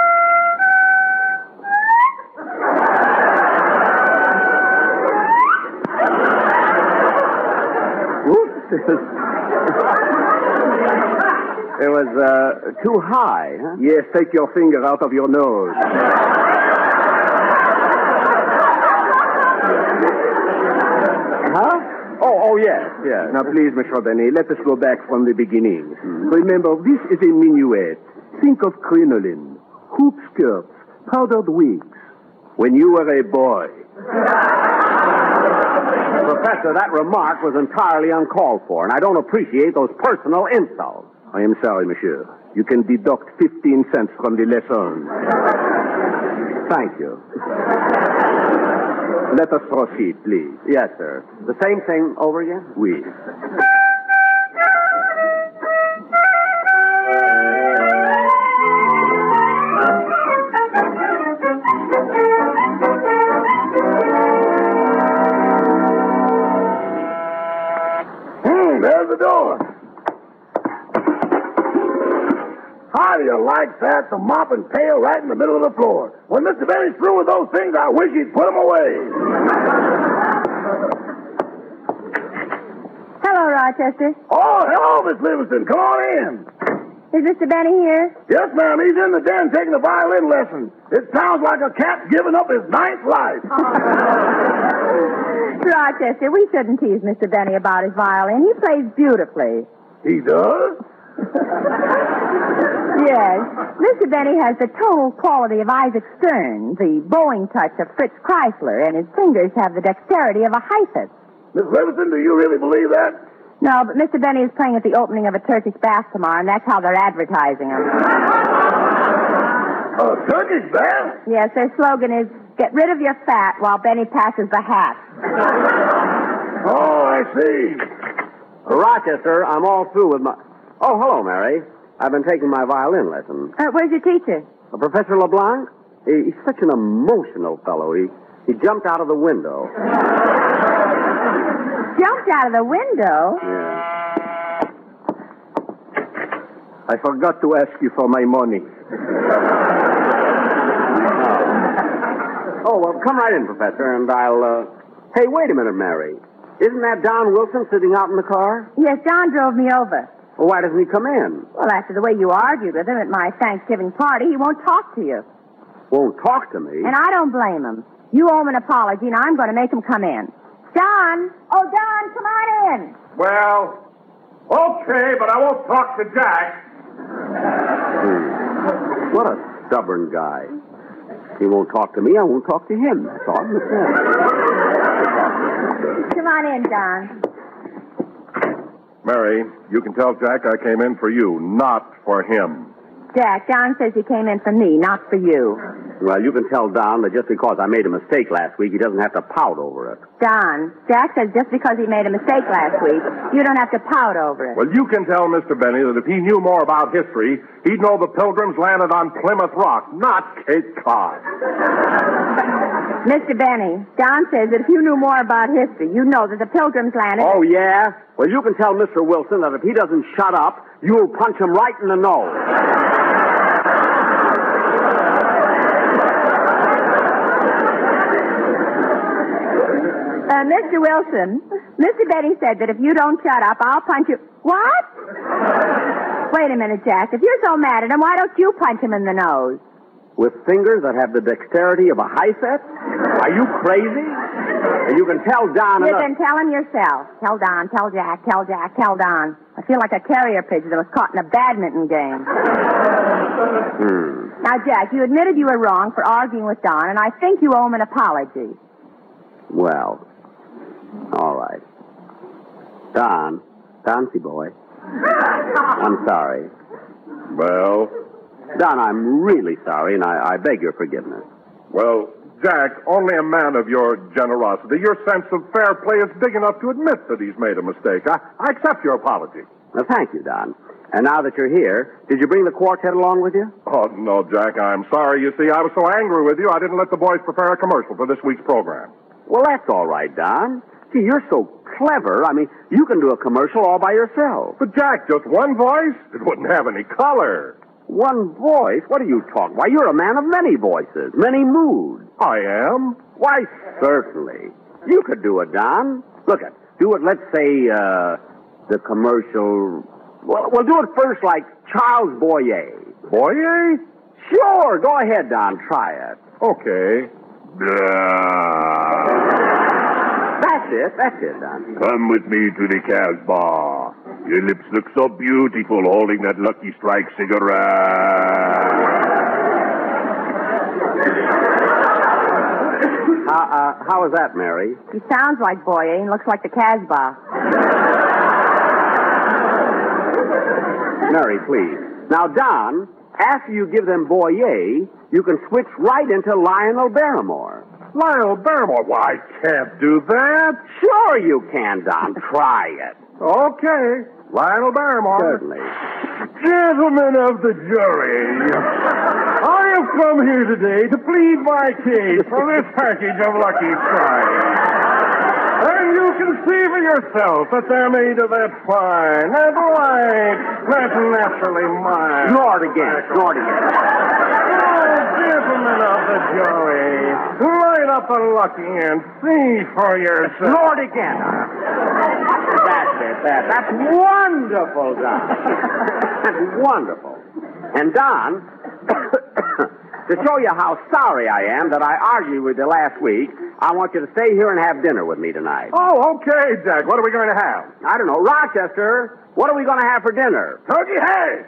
Speaker 9: Whoops. it was
Speaker 11: was uh, too high, huh? Yes, take your finger out of your nose. huh? Oh, oh, yes, yes. Hmm. Now, please, Monsieur Benny, let us go back from the beginning. Remember, this is a minuet. Think of crinoline, hoop skirts, powdered wigs. When you were a boy.
Speaker 3: Professor,
Speaker 11: that remark was entirely uncalled for, and I don't appreciate those personal insults. I am sorry, monsieur. You can deduct 15 cents from the lesson. Thank you. Let us proceed, please. Yes, sir.
Speaker 5: The same thing over again?
Speaker 11: We.
Speaker 12: Hmm, there's the door. How do you like that? The mop and pail right in the middle of the floor. When Mr. Benny's through with those things, I wish he'd put them away.
Speaker 13: Hello, Rochester.
Speaker 12: Oh, hello, Miss Livingston. Come on in.
Speaker 13: Is Mr. Benny here?
Speaker 12: Yes, ma'am. He's in the den taking a violin lesson. It sounds like a cat giving up his ninth life.
Speaker 13: Rochester, we shouldn't tease Mr. Benny about his violin. He plays beautifully.
Speaker 12: He does?
Speaker 13: Yes. Mr. Benny has the total quality of Isaac Stern, the bowing touch of Fritz Kreisler, and his fingers have the dexterity of a hyphus.
Speaker 12: Miss Livingston, do you really believe that?
Speaker 13: No, but Mr. Benny is playing at the opening of a Turkish bath tomorrow, and that's how they're advertising him.
Speaker 12: A Turkish bath?
Speaker 13: Yes, their slogan is "Get rid of your fat while Benny passes the hat."
Speaker 12: Oh, I see.
Speaker 11: Rochester, I'm all through with my. Oh, hello, Mary. I've been taking my violin lesson.
Speaker 13: Uh, where's your teacher?
Speaker 11: Professor LeBlanc? He- He's such an emotional fellow. He, he jumped out of the window.
Speaker 13: Jumped out of the window.
Speaker 11: I forgot to ask you for my money. Oh, well, come right in, Professor, and I'll. Uh... Hey, wait a minute, Mary. Isn't that Don Wilson sitting out in the car?
Speaker 13: Yes, Don drove me over.
Speaker 11: Well, why doesn't he come in?
Speaker 13: Well, after the way you argued with him at my Thanksgiving party, he won't talk to you.
Speaker 11: Won't talk to me.
Speaker 13: And I don't blame him. You owe him an apology, and I'm going to make him come in. Don! Oh, Don, come on in!
Speaker 9: Well, okay, but I won't talk to Jack.
Speaker 11: What a stubborn guy. He won't talk to me. I won't talk to him. That's all. That's all.
Speaker 13: Come on in, Don.
Speaker 9: Mary, you can tell Jack I came in for you, not for him.
Speaker 13: Jack, Don says he came in for me, not for you.
Speaker 11: Well, you can tell Don that just because I made a mistake last week, he doesn't have to pout over it.
Speaker 13: Don, Jack says just because he made a mistake last week, you don't have to pout over it.
Speaker 9: Well, you can tell Mr. Benny that if he knew more about history, he'd know the Pilgrims landed on Plymouth Rock, not Cape Cod.
Speaker 13: Mr. Benny, Don says that if you knew more about history, you know that the Pilgrims landed.
Speaker 11: Oh, yeah? Well, you can tell Mr. Wilson that if he doesn't shut up, you'll punch him right in the nose.
Speaker 13: Uh, Mr. Wilson, Mr. Benny said that if you don't shut up, I'll punch you. What? Wait a minute, Jack. If you're so mad at him, why don't you punch him in the nose?
Speaker 11: With fingers that have the dexterity of a hyphet? Are you crazy? And you can tell Don
Speaker 13: You
Speaker 11: another-
Speaker 13: can tell him yourself. Tell Don, tell Jack, tell Jack, tell Don. I feel like a carrier pigeon that was caught in a badminton game.
Speaker 11: Hmm.
Speaker 13: Now, Jack, you admitted you were wrong for arguing with Don, and I think you owe him an apology.
Speaker 11: Well, all right. Don, Doncy boy, I'm sorry. Well? Don, I'm really sorry, and I, I beg your forgiveness.
Speaker 9: Well, Jack, only a man of your generosity, your sense of fair play is big enough to admit that he's made a mistake. I, I accept your apology.
Speaker 11: Well, thank you, Don. And now that you're here, did you bring the quartet along with you?
Speaker 9: Oh, no, Jack, I'm sorry. You see, I was so angry with you, I didn't let the boys prepare a commercial for this week's program.
Speaker 11: Well, that's all right, Don. Gee, you're so clever. I mean, you can do a commercial all by yourself.
Speaker 9: But, Jack, just one voice? It wouldn't have any color.
Speaker 11: One voice? What are you talking? Why, you're a man of many voices, many moods.
Speaker 9: I am?
Speaker 11: Why, certainly. You could do it, Don. Look at, do it, let's say, uh, the commercial Well, we'll do it first like Charles Boyer. Boyer? Sure. Go ahead, Don. Try it. Okay. That's it. That's it, Don.
Speaker 12: Come with me to the Cavs bar. Your lips look so beautiful holding that Lucky Strike cigarette.
Speaker 11: How, uh, how is that, Mary?
Speaker 13: He sounds like Boyer and looks like the Casbah.
Speaker 11: Mary, please. Now, Don, after you give them Boyer, you can switch right into Lionel Barrymore. Lionel Barrymore? Why, I can't do that. Sure you can, Don. Try it. Okay. Lionel Barrymore. Certainly.
Speaker 12: Gentlemen of the jury, I have come here today to plead my case for this package of Lucky Strike. And you can see for yourself that they're made of that fine, that light, that naturally mild.
Speaker 11: Snort again, snort again.
Speaker 12: Oh, gentlemen of the jury, light up a lucky and see for yourself.
Speaker 11: Snort again. That's it. That, that's wonderful, Don. That's wonderful. And Don, to show you how sorry I am that I argued with you last week, I want you to stay here and have dinner with me tonight.
Speaker 9: Oh, okay, Jack. What are we going to have?
Speaker 11: I don't know, Rochester. What are we going to have for dinner?
Speaker 12: Turkey hash.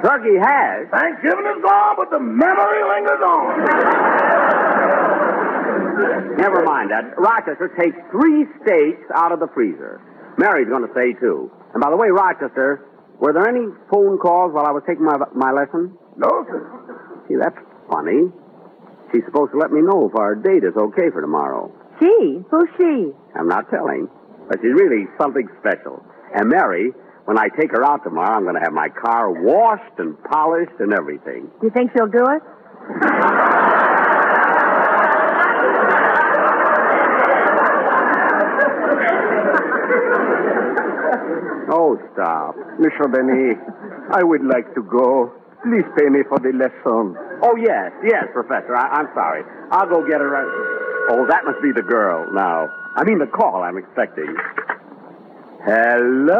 Speaker 11: Turkey hash.
Speaker 12: Thanksgiving is gone, but the memory lingers on.
Speaker 11: Never mind that. Rochester takes three steaks out of the freezer. Mary's going to say two. And by the way, Rochester, were there any phone calls while I was taking my my lesson?
Speaker 12: No, sir.
Speaker 11: See, that's funny. She's supposed to let me know if our date is okay for tomorrow.
Speaker 13: She? Who's she?
Speaker 11: I'm not telling, but she's really something special. And Mary, when I take her out tomorrow, I'm going to have my car washed and polished and everything.
Speaker 13: You think she'll do it?
Speaker 11: Oh, stop.
Speaker 14: Monsieur Benny, I would like to go. Please pay me for the lesson.
Speaker 11: Oh, yes, yes, Professor. I, I'm sorry. I'll go get her. out. Oh, that must be the girl now. I mean, the call I'm expecting. Hello.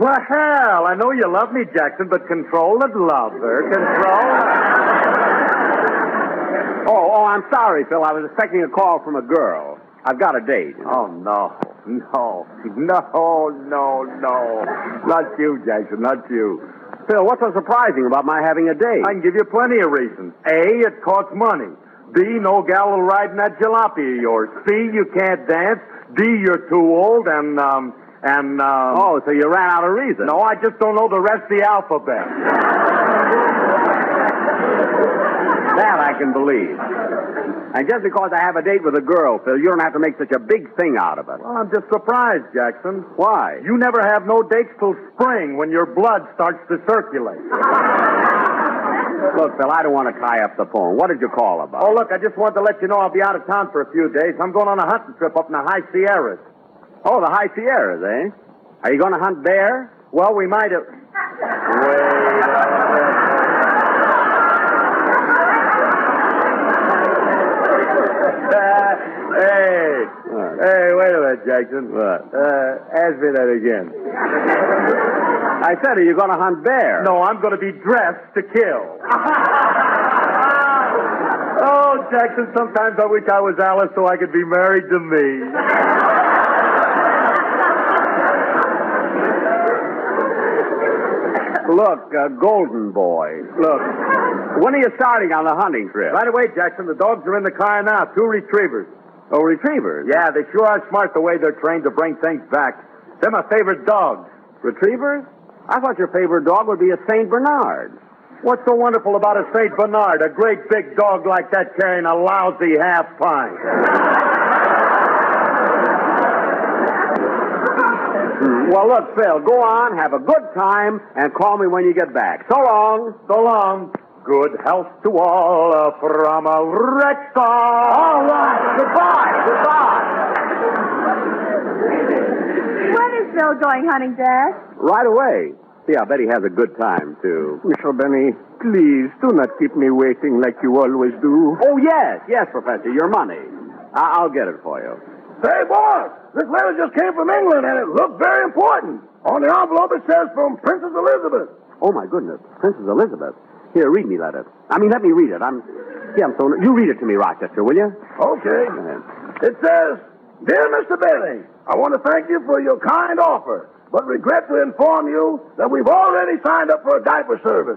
Speaker 15: Well, I know you love me, Jackson, but control that love, sir. Control.
Speaker 11: Oh, oh, I'm sorry, Phil. I was expecting a call from a girl. I've got a date. you know.
Speaker 15: Oh, no. No. No, no, no. Not you, Jackson. Not you.
Speaker 11: Phil, what's so surprising about my having a date?
Speaker 15: I can give you plenty of reasons. A, it costs money. B, no gal will ride in that jalopy of yours. C, you can't dance. D, you're too old. And, um, and, um.
Speaker 11: Oh, so you ran out of reason.
Speaker 15: No, I just don't know the rest of the alphabet.
Speaker 11: oh. that I can believe. And just because I have a date with a girl, Phil, you don't have to make such a big thing out of it.
Speaker 15: Well, I'm just surprised, Jackson.
Speaker 11: Why?
Speaker 15: You never have no dates till spring when your blood starts to circulate.
Speaker 11: Look, Phil, I don't want to tie up the phone. What did you call about?
Speaker 15: Oh, look, I just wanted to let you know I'll be out of town for a few days. I'm going on a hunting trip up in the High Sierras.
Speaker 11: Oh, the High Sierras, eh? Are you going to hunt bear?
Speaker 15: Well, we might have. Wait a hey, hey, wait a minute, Jackson.
Speaker 11: What?
Speaker 15: Uh, ask me that again.
Speaker 11: I said, are you going to hunt bear?
Speaker 15: No, I'm going to be dressed to kill. oh, Jackson, sometimes I wish I was Alice so I could be married to me.
Speaker 11: Look, uh, Golden Boy. Look, when are you starting on the hunting trip?
Speaker 15: Right away, Jackson. The dogs are in the car now. Two retrievers.
Speaker 11: Oh, retrievers?
Speaker 15: Yeah, they sure are smart the way they're trained to bring things back. They're my favorite dogs.
Speaker 11: Retrievers? I thought your favorite dog would be a St. Bernard.
Speaker 15: What's so wonderful about a St. Bernard? A great big dog like that carrying a lousy half pint.
Speaker 11: well, look, Phil, go on, have a good time, and call me when you get back. So long.
Speaker 15: So long. Good health to all uh, from a wreck
Speaker 11: All right. Goodbye. Goodbye.
Speaker 13: When is Bill going hunting, Dad?
Speaker 11: Right away. Yeah, I bet he has a good time, too.
Speaker 14: Monsieur Benny, please do not keep me waiting like you always do.
Speaker 11: Oh, yes. Yes, Professor. Your money. I- I'll get it for you.
Speaker 12: Hey, boss, this letter just came from England, and it looked very important. On the envelope, it says from Princess Elizabeth.
Speaker 11: Oh, my goodness. Princess Elizabeth. Here, read me letter. I mean, let me read it. I'm, yeah, I'm so, you read it to me, Rochester, will you?
Speaker 12: Okay. It says, Dear Mr. Bailey, I want to thank you for your kind offer, but regret to inform you that we've already signed up for a diaper service.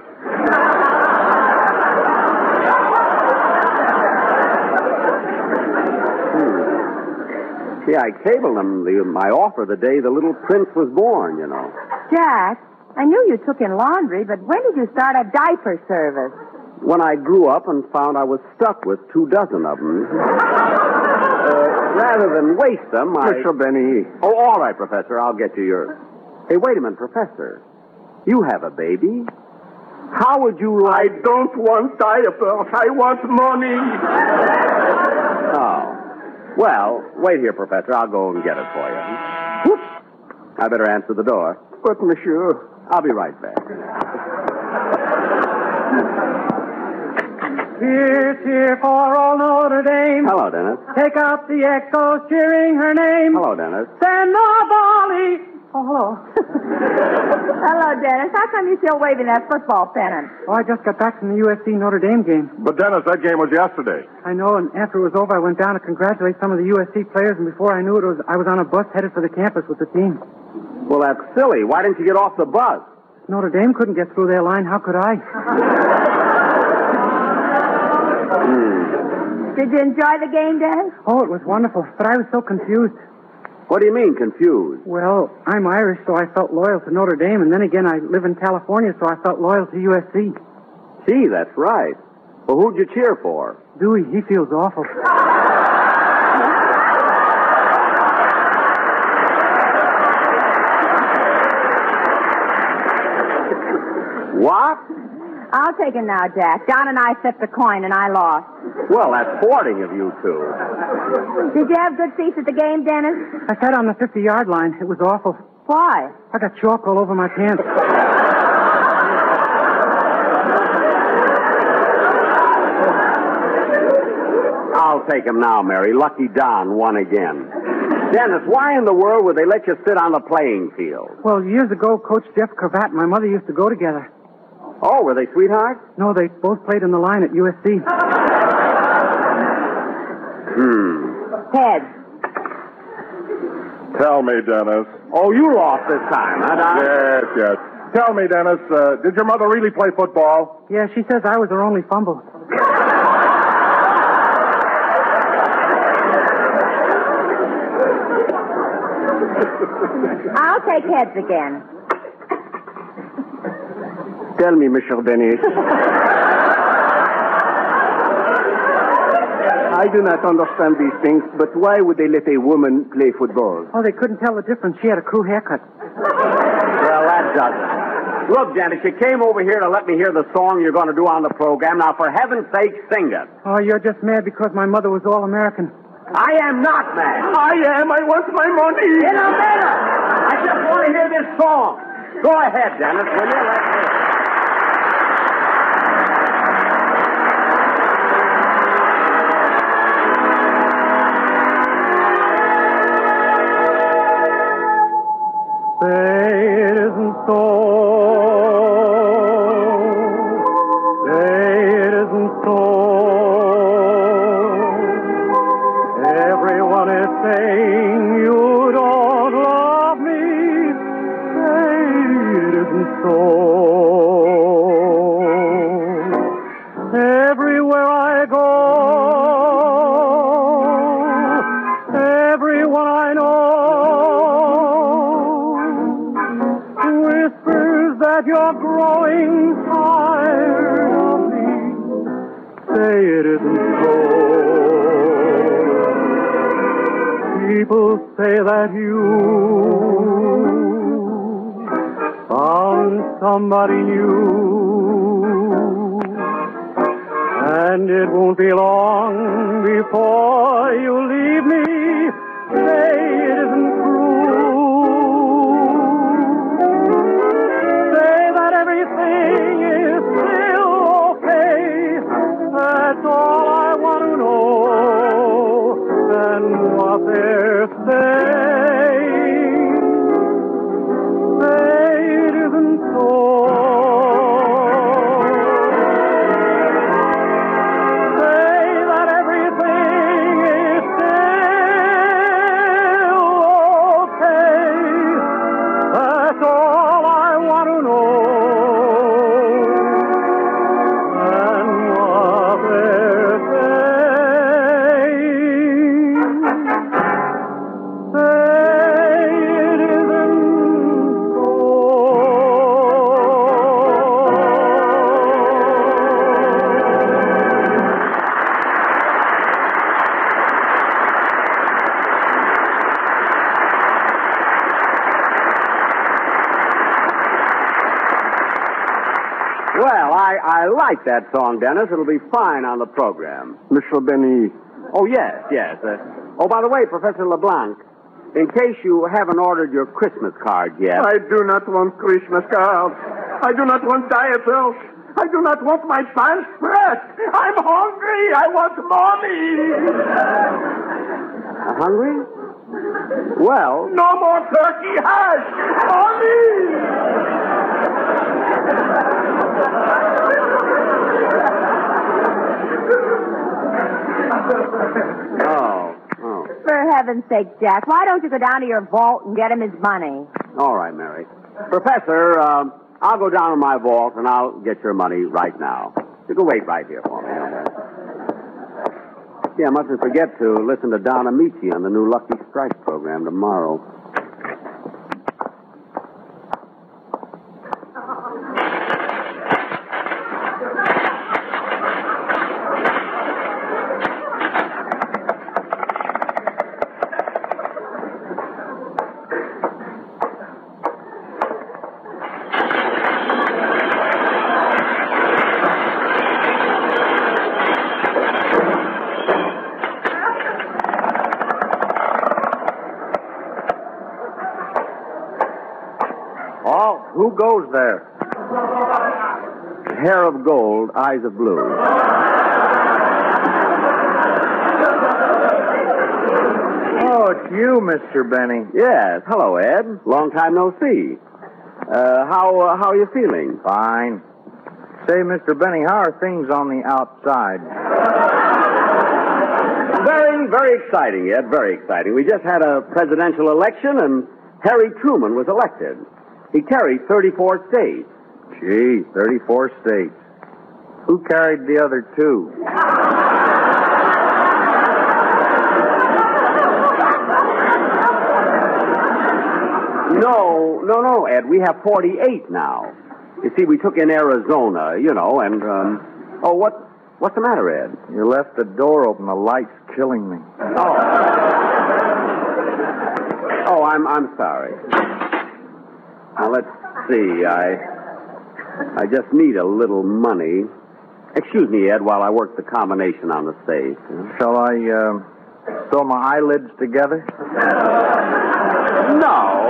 Speaker 11: Yeah, I cabled them the, my offer the day the little prince was born, you know.
Speaker 13: Jack, I knew you took in laundry, but when did you start a diaper service?
Speaker 11: When I grew up and found I was stuck with two dozen of them. rather than waste them, I.
Speaker 3: Mr.
Speaker 11: Benny. Oh, all right, Professor. I'll get you yours. Hey, wait a minute, Professor. You have a baby. How would you like. I
Speaker 12: don't want diapers. I want money.
Speaker 11: Oh. Well, wait here, Professor. I'll go and get it for you. Whoops. I better answer the door. But, monsieur. I'll be right back.
Speaker 16: Cheer, cheer for old Notre Dame.
Speaker 11: Hello, Dennis.
Speaker 16: Take up the echoes cheering her name.
Speaker 11: Hello, Dennis.
Speaker 16: Send the volley. Oh, hello.
Speaker 13: Hello, Dennis. How come you're still waving that football pennant?
Speaker 16: Oh, I just got back from the USC Notre Dame game.
Speaker 9: But, Dennis, that game was yesterday.
Speaker 16: I know, and after it was over, I went down to congratulate some of the USC players, and before I knew it, it was, I was on a bus headed for the campus with the team.
Speaker 11: Well, that's silly. Why didn't you get off the bus?
Speaker 16: Notre Dame couldn't get through their line. How could I?
Speaker 11: Hmm.
Speaker 13: Did you enjoy the game, Dennis?
Speaker 16: Oh, it was wonderful, but I was so confused.
Speaker 11: What do you mean, confused?
Speaker 16: Well, I'm Irish, so I felt loyal to Notre Dame, and then again, I live in California, so I felt loyal to USC.
Speaker 11: Gee, that's right. Well, who'd you cheer for?
Speaker 16: Dewey, he feels awful.
Speaker 11: What?
Speaker 13: I'll take it now, Jack. Don and I flipped a coin, and I lost.
Speaker 11: Well, that's sporting of you two.
Speaker 13: Did you have good seats at the game, Dennis?
Speaker 16: I sat on the 50 yard line. It was awful.
Speaker 13: Why?
Speaker 16: I got chalk all over my pants.
Speaker 11: I'll take him now, Mary. Lucky Don won again. Dennis, why in the world would they let you sit on the playing field?
Speaker 16: Well, years ago, Coach Jeff Cravat and my mother used to go together.
Speaker 11: Oh, were they sweethearts?
Speaker 16: No, they both played in the line at USC.
Speaker 11: Hmm.
Speaker 13: Ted.
Speaker 9: Tell me, Dennis.
Speaker 11: Oh, you lost this time, huh, Don?
Speaker 9: Yes, yes. Tell me, Dennis, uh, did your mother really play football?
Speaker 16: Yeah, she says I was her only fumble.
Speaker 13: I'll take heads again.
Speaker 11: Tell me, Monsieur Benny.
Speaker 14: I do not understand these things, but why would they let a woman play football?
Speaker 16: Oh, they couldn't tell the difference. She had a crew haircut.
Speaker 11: Well, that doesn't. Look, Dennis, you came over here to let me hear the song you're going to do on the program. Now, for heaven's sake, sing it.
Speaker 16: Oh, you're just mad because my mother was all American.
Speaker 11: I am not mad.
Speaker 12: I am. I want my money.
Speaker 11: In a minute. I just want to hear this song. Go ahead, Dennis, will you? Let's hear it.
Speaker 16: Say it isn't so. Say it isn't so. Everyone is saying you don't love me. Say it isn't so. Everywhere I go, everyone I know whispers that you're growing tired of me. Say it isn't so. People say that you found somebody new. And it won't be long before you leave me. Say it isn't true. Say that everything is still okay. That's all I want to know. And what there
Speaker 11: like that song, Dennis. It'll be fine on the program.
Speaker 14: Michel Benny.
Speaker 11: Oh, yes, yes. Uh, oh, by the way, Professor LeBlanc, in case you haven't ordered your Christmas card yet.
Speaker 12: I do not want Christmas cards. I do not want diet pills. I do not want my pants pressed. I'm hungry. I want money.
Speaker 11: Hungry? Well,
Speaker 12: No more turkey hash. Money.
Speaker 11: oh, oh.
Speaker 13: For heaven's sake, Jack, why don't you go down to your vault and get him his money?
Speaker 11: All right, Mary. Professor, um, I'll go down to my vault and I'll get your money right now. You can wait right here for me. Yeah, I mustn't forget to listen to Don Amici on the new Lucky Strike program tomorrow. Oh, who goes there? Hair of gold, eyes of blue.
Speaker 17: Oh, it's you, Mr. Benny.
Speaker 11: Yes. Hello, Ed. Long time no see. Uh, how uh, how are you feeling?
Speaker 17: Fine. Say, Mr. Benny, how are things on the outside?
Speaker 11: Very, very exciting, Ed. Very exciting. We just had a presidential election, and Harry Truman was elected. He carried 34 states.
Speaker 17: Gee, 34 states. Who carried the other two?
Speaker 11: No, no, no, Ed. We have 48 now. You see, we took in Arizona, you know, and um, oh, what what's the matter, Ed?
Speaker 17: You left the door open. The light's killing me.
Speaker 11: Oh, I'm I'm sorry. Now let's see. I I just need a little money. Excuse me, Ed, while I work the combination on the safe.
Speaker 17: Shall I uh, sew my eyelids together?
Speaker 11: No,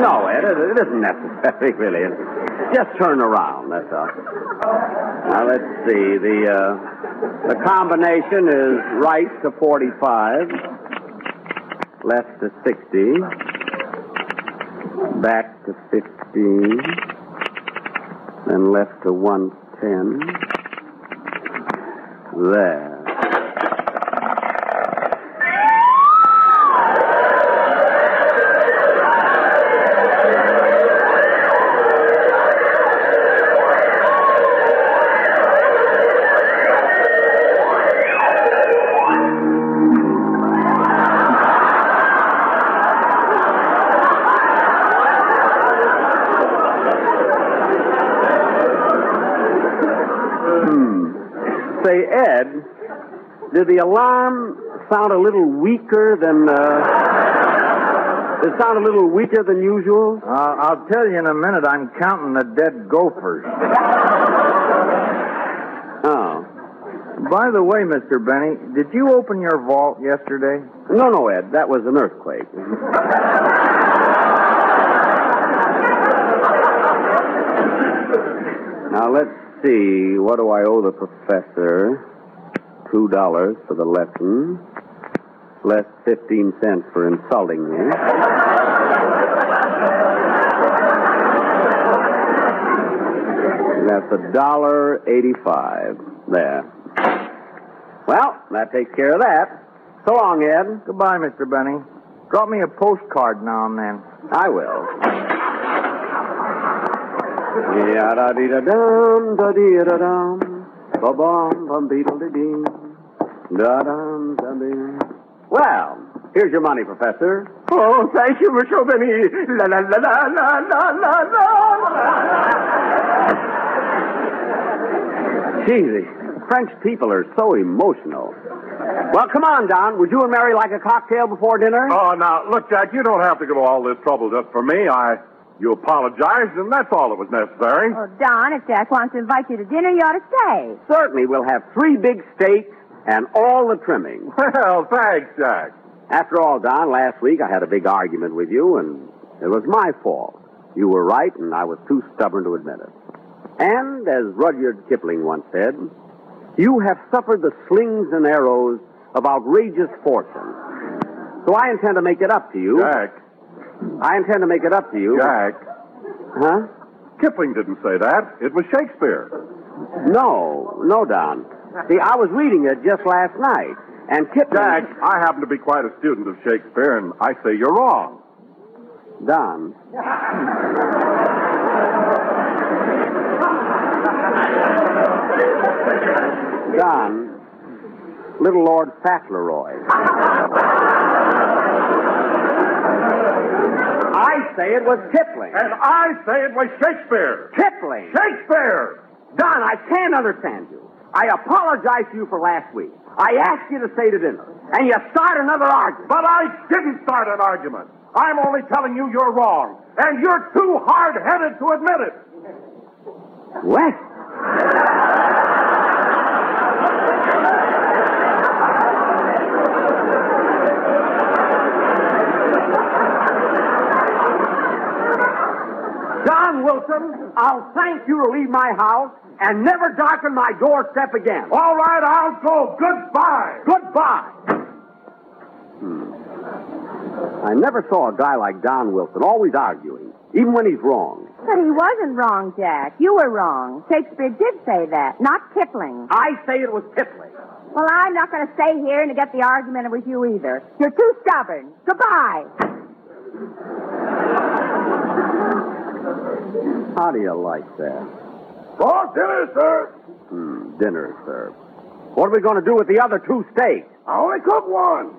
Speaker 11: no, Ed, it, it isn't necessary, really. Just turn around, that's all. Now, let's see. The, uh, the combination is right to 45, left to 60, back to 15, then left to 110. There. Hmm. Say, Ed, did the alarm sound a little weaker than. Uh, it sound a little weaker than usual?
Speaker 17: Uh, I'll tell you in a minute. I'm counting the dead gophers.
Speaker 11: Oh.
Speaker 17: By the way, Mr. Benny, did you open your vault yesterday?
Speaker 11: No, no, Ed. That was an earthquake. Now, let's see. What do I owe the professor? Two dollars for the lesson, less 15 cents for insulting me. That's a dollar eighty-five. There. Well, that takes care of that. So long, Ed.
Speaker 17: Goodbye, Mr. Benny. Drop me a postcard now and then.
Speaker 11: I will. Yada-dee-da-dum, da-dee-da-dum, ba-bum, bum-beedle-dee-dee, da-dum, da-dee. Well, here's your money, Professor.
Speaker 12: Oh, thank you, Mr. Benny. La la la la la la la la.
Speaker 11: Gee, the French people are so emotional. Well, come on, Don. Would you and Mary like a cocktail before dinner?
Speaker 9: Oh, now, look, Jack, you don't have to go to all this trouble just for me. I
Speaker 12: You apologized, and that's all that was necessary.
Speaker 13: Well, Don, if Oh, Jack wants to invite you to dinner, you ought to stay.
Speaker 11: Certainly, we'll have three big steaks and all the trimmings.
Speaker 12: Well, thanks, Jack.
Speaker 11: After all, Don, last week I had a big argument with you, and it was my fault. You were right, and I was too stubborn to admit it. And as Rudyard Kipling once said, you have suffered the slings and arrows of outrageous fortune. So I intend to make it up to you.
Speaker 12: Jack.
Speaker 11: I intend to make it up to you.
Speaker 12: Jack.
Speaker 11: Huh?
Speaker 12: Kipling didn't say that. It was Shakespeare.
Speaker 11: No, no, Don. See, I was reading it just last night, and Kipling.
Speaker 12: Jack, I happen to be quite a student of Shakespeare, and I say you're wrong.
Speaker 11: Don. Don. Little Lord Fauntleroy. I say it was Kipling.
Speaker 12: And I say it was Shakespeare.
Speaker 11: Kipling.
Speaker 12: Shakespeare!
Speaker 11: Don, I can't understand you. I apologize to you for last week. I asked you to stay to dinner, and you start another argument.
Speaker 12: But I didn't start an argument. I'm only telling you you're wrong, and you're too hard headed to admit it.
Speaker 11: What? Don Wilson, I'll thank you to leave my house and never darken my doorstep again.
Speaker 12: All right, I'll go. Goodbye.
Speaker 11: Goodbye. I never saw a guy like Don Wilson always arguing, even when he's wrong.
Speaker 13: But he wasn't wrong, Jack. You were wrong. Shakespeare did say that, not Kipling.
Speaker 11: I say it was Kipling.
Speaker 13: Well, I'm not going to stay here and get the argument with you either. You're too stubborn. Goodbye.
Speaker 11: How do you like that?
Speaker 12: For dinner, sir.
Speaker 11: Hmm, dinner is served. What are we going to do with the other two steaks?
Speaker 12: I only cook one.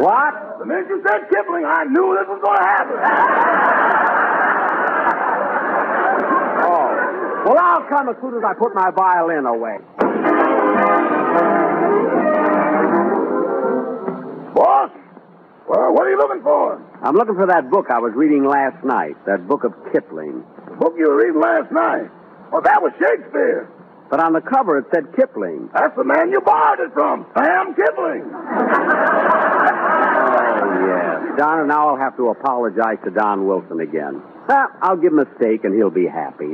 Speaker 11: What?
Speaker 12: The minute you said Kipling, I knew this was going to happen.
Speaker 11: Oh. Well, I'll come as soon as I put my violin away.
Speaker 12: Boss? Well, what are you looking for?
Speaker 11: I'm looking for that book I was reading last night, that book of Kipling.
Speaker 12: The book you were reading last night? Well, that was Shakespeare.
Speaker 11: But on the cover it said Kipling.
Speaker 12: That's the man you borrowed it from, Sam Kipling.
Speaker 11: oh, yes. Don, and now I'll have to apologize to Don Wilson again. Ah, I'll give him a steak and he'll be happy.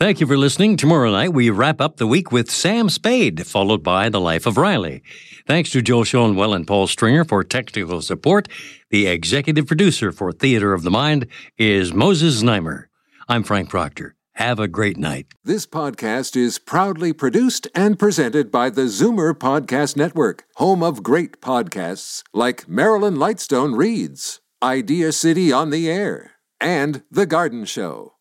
Speaker 1: Thank you for listening. Tomorrow night, we wrap up the week with Sam Spade, followed by The Life of Riley. Thanks to Joe Schoenwell and Paul Stringer for technical support. The executive producer for Theater of the Mind is Moses Neimer. I'm Frank Proctor. Have a great night.
Speaker 18: This podcast is proudly produced and presented by the Zoomer Podcast Network, home of great podcasts like Marilyn Lightstone Reads, Idea City on the Air, and The Garden Show.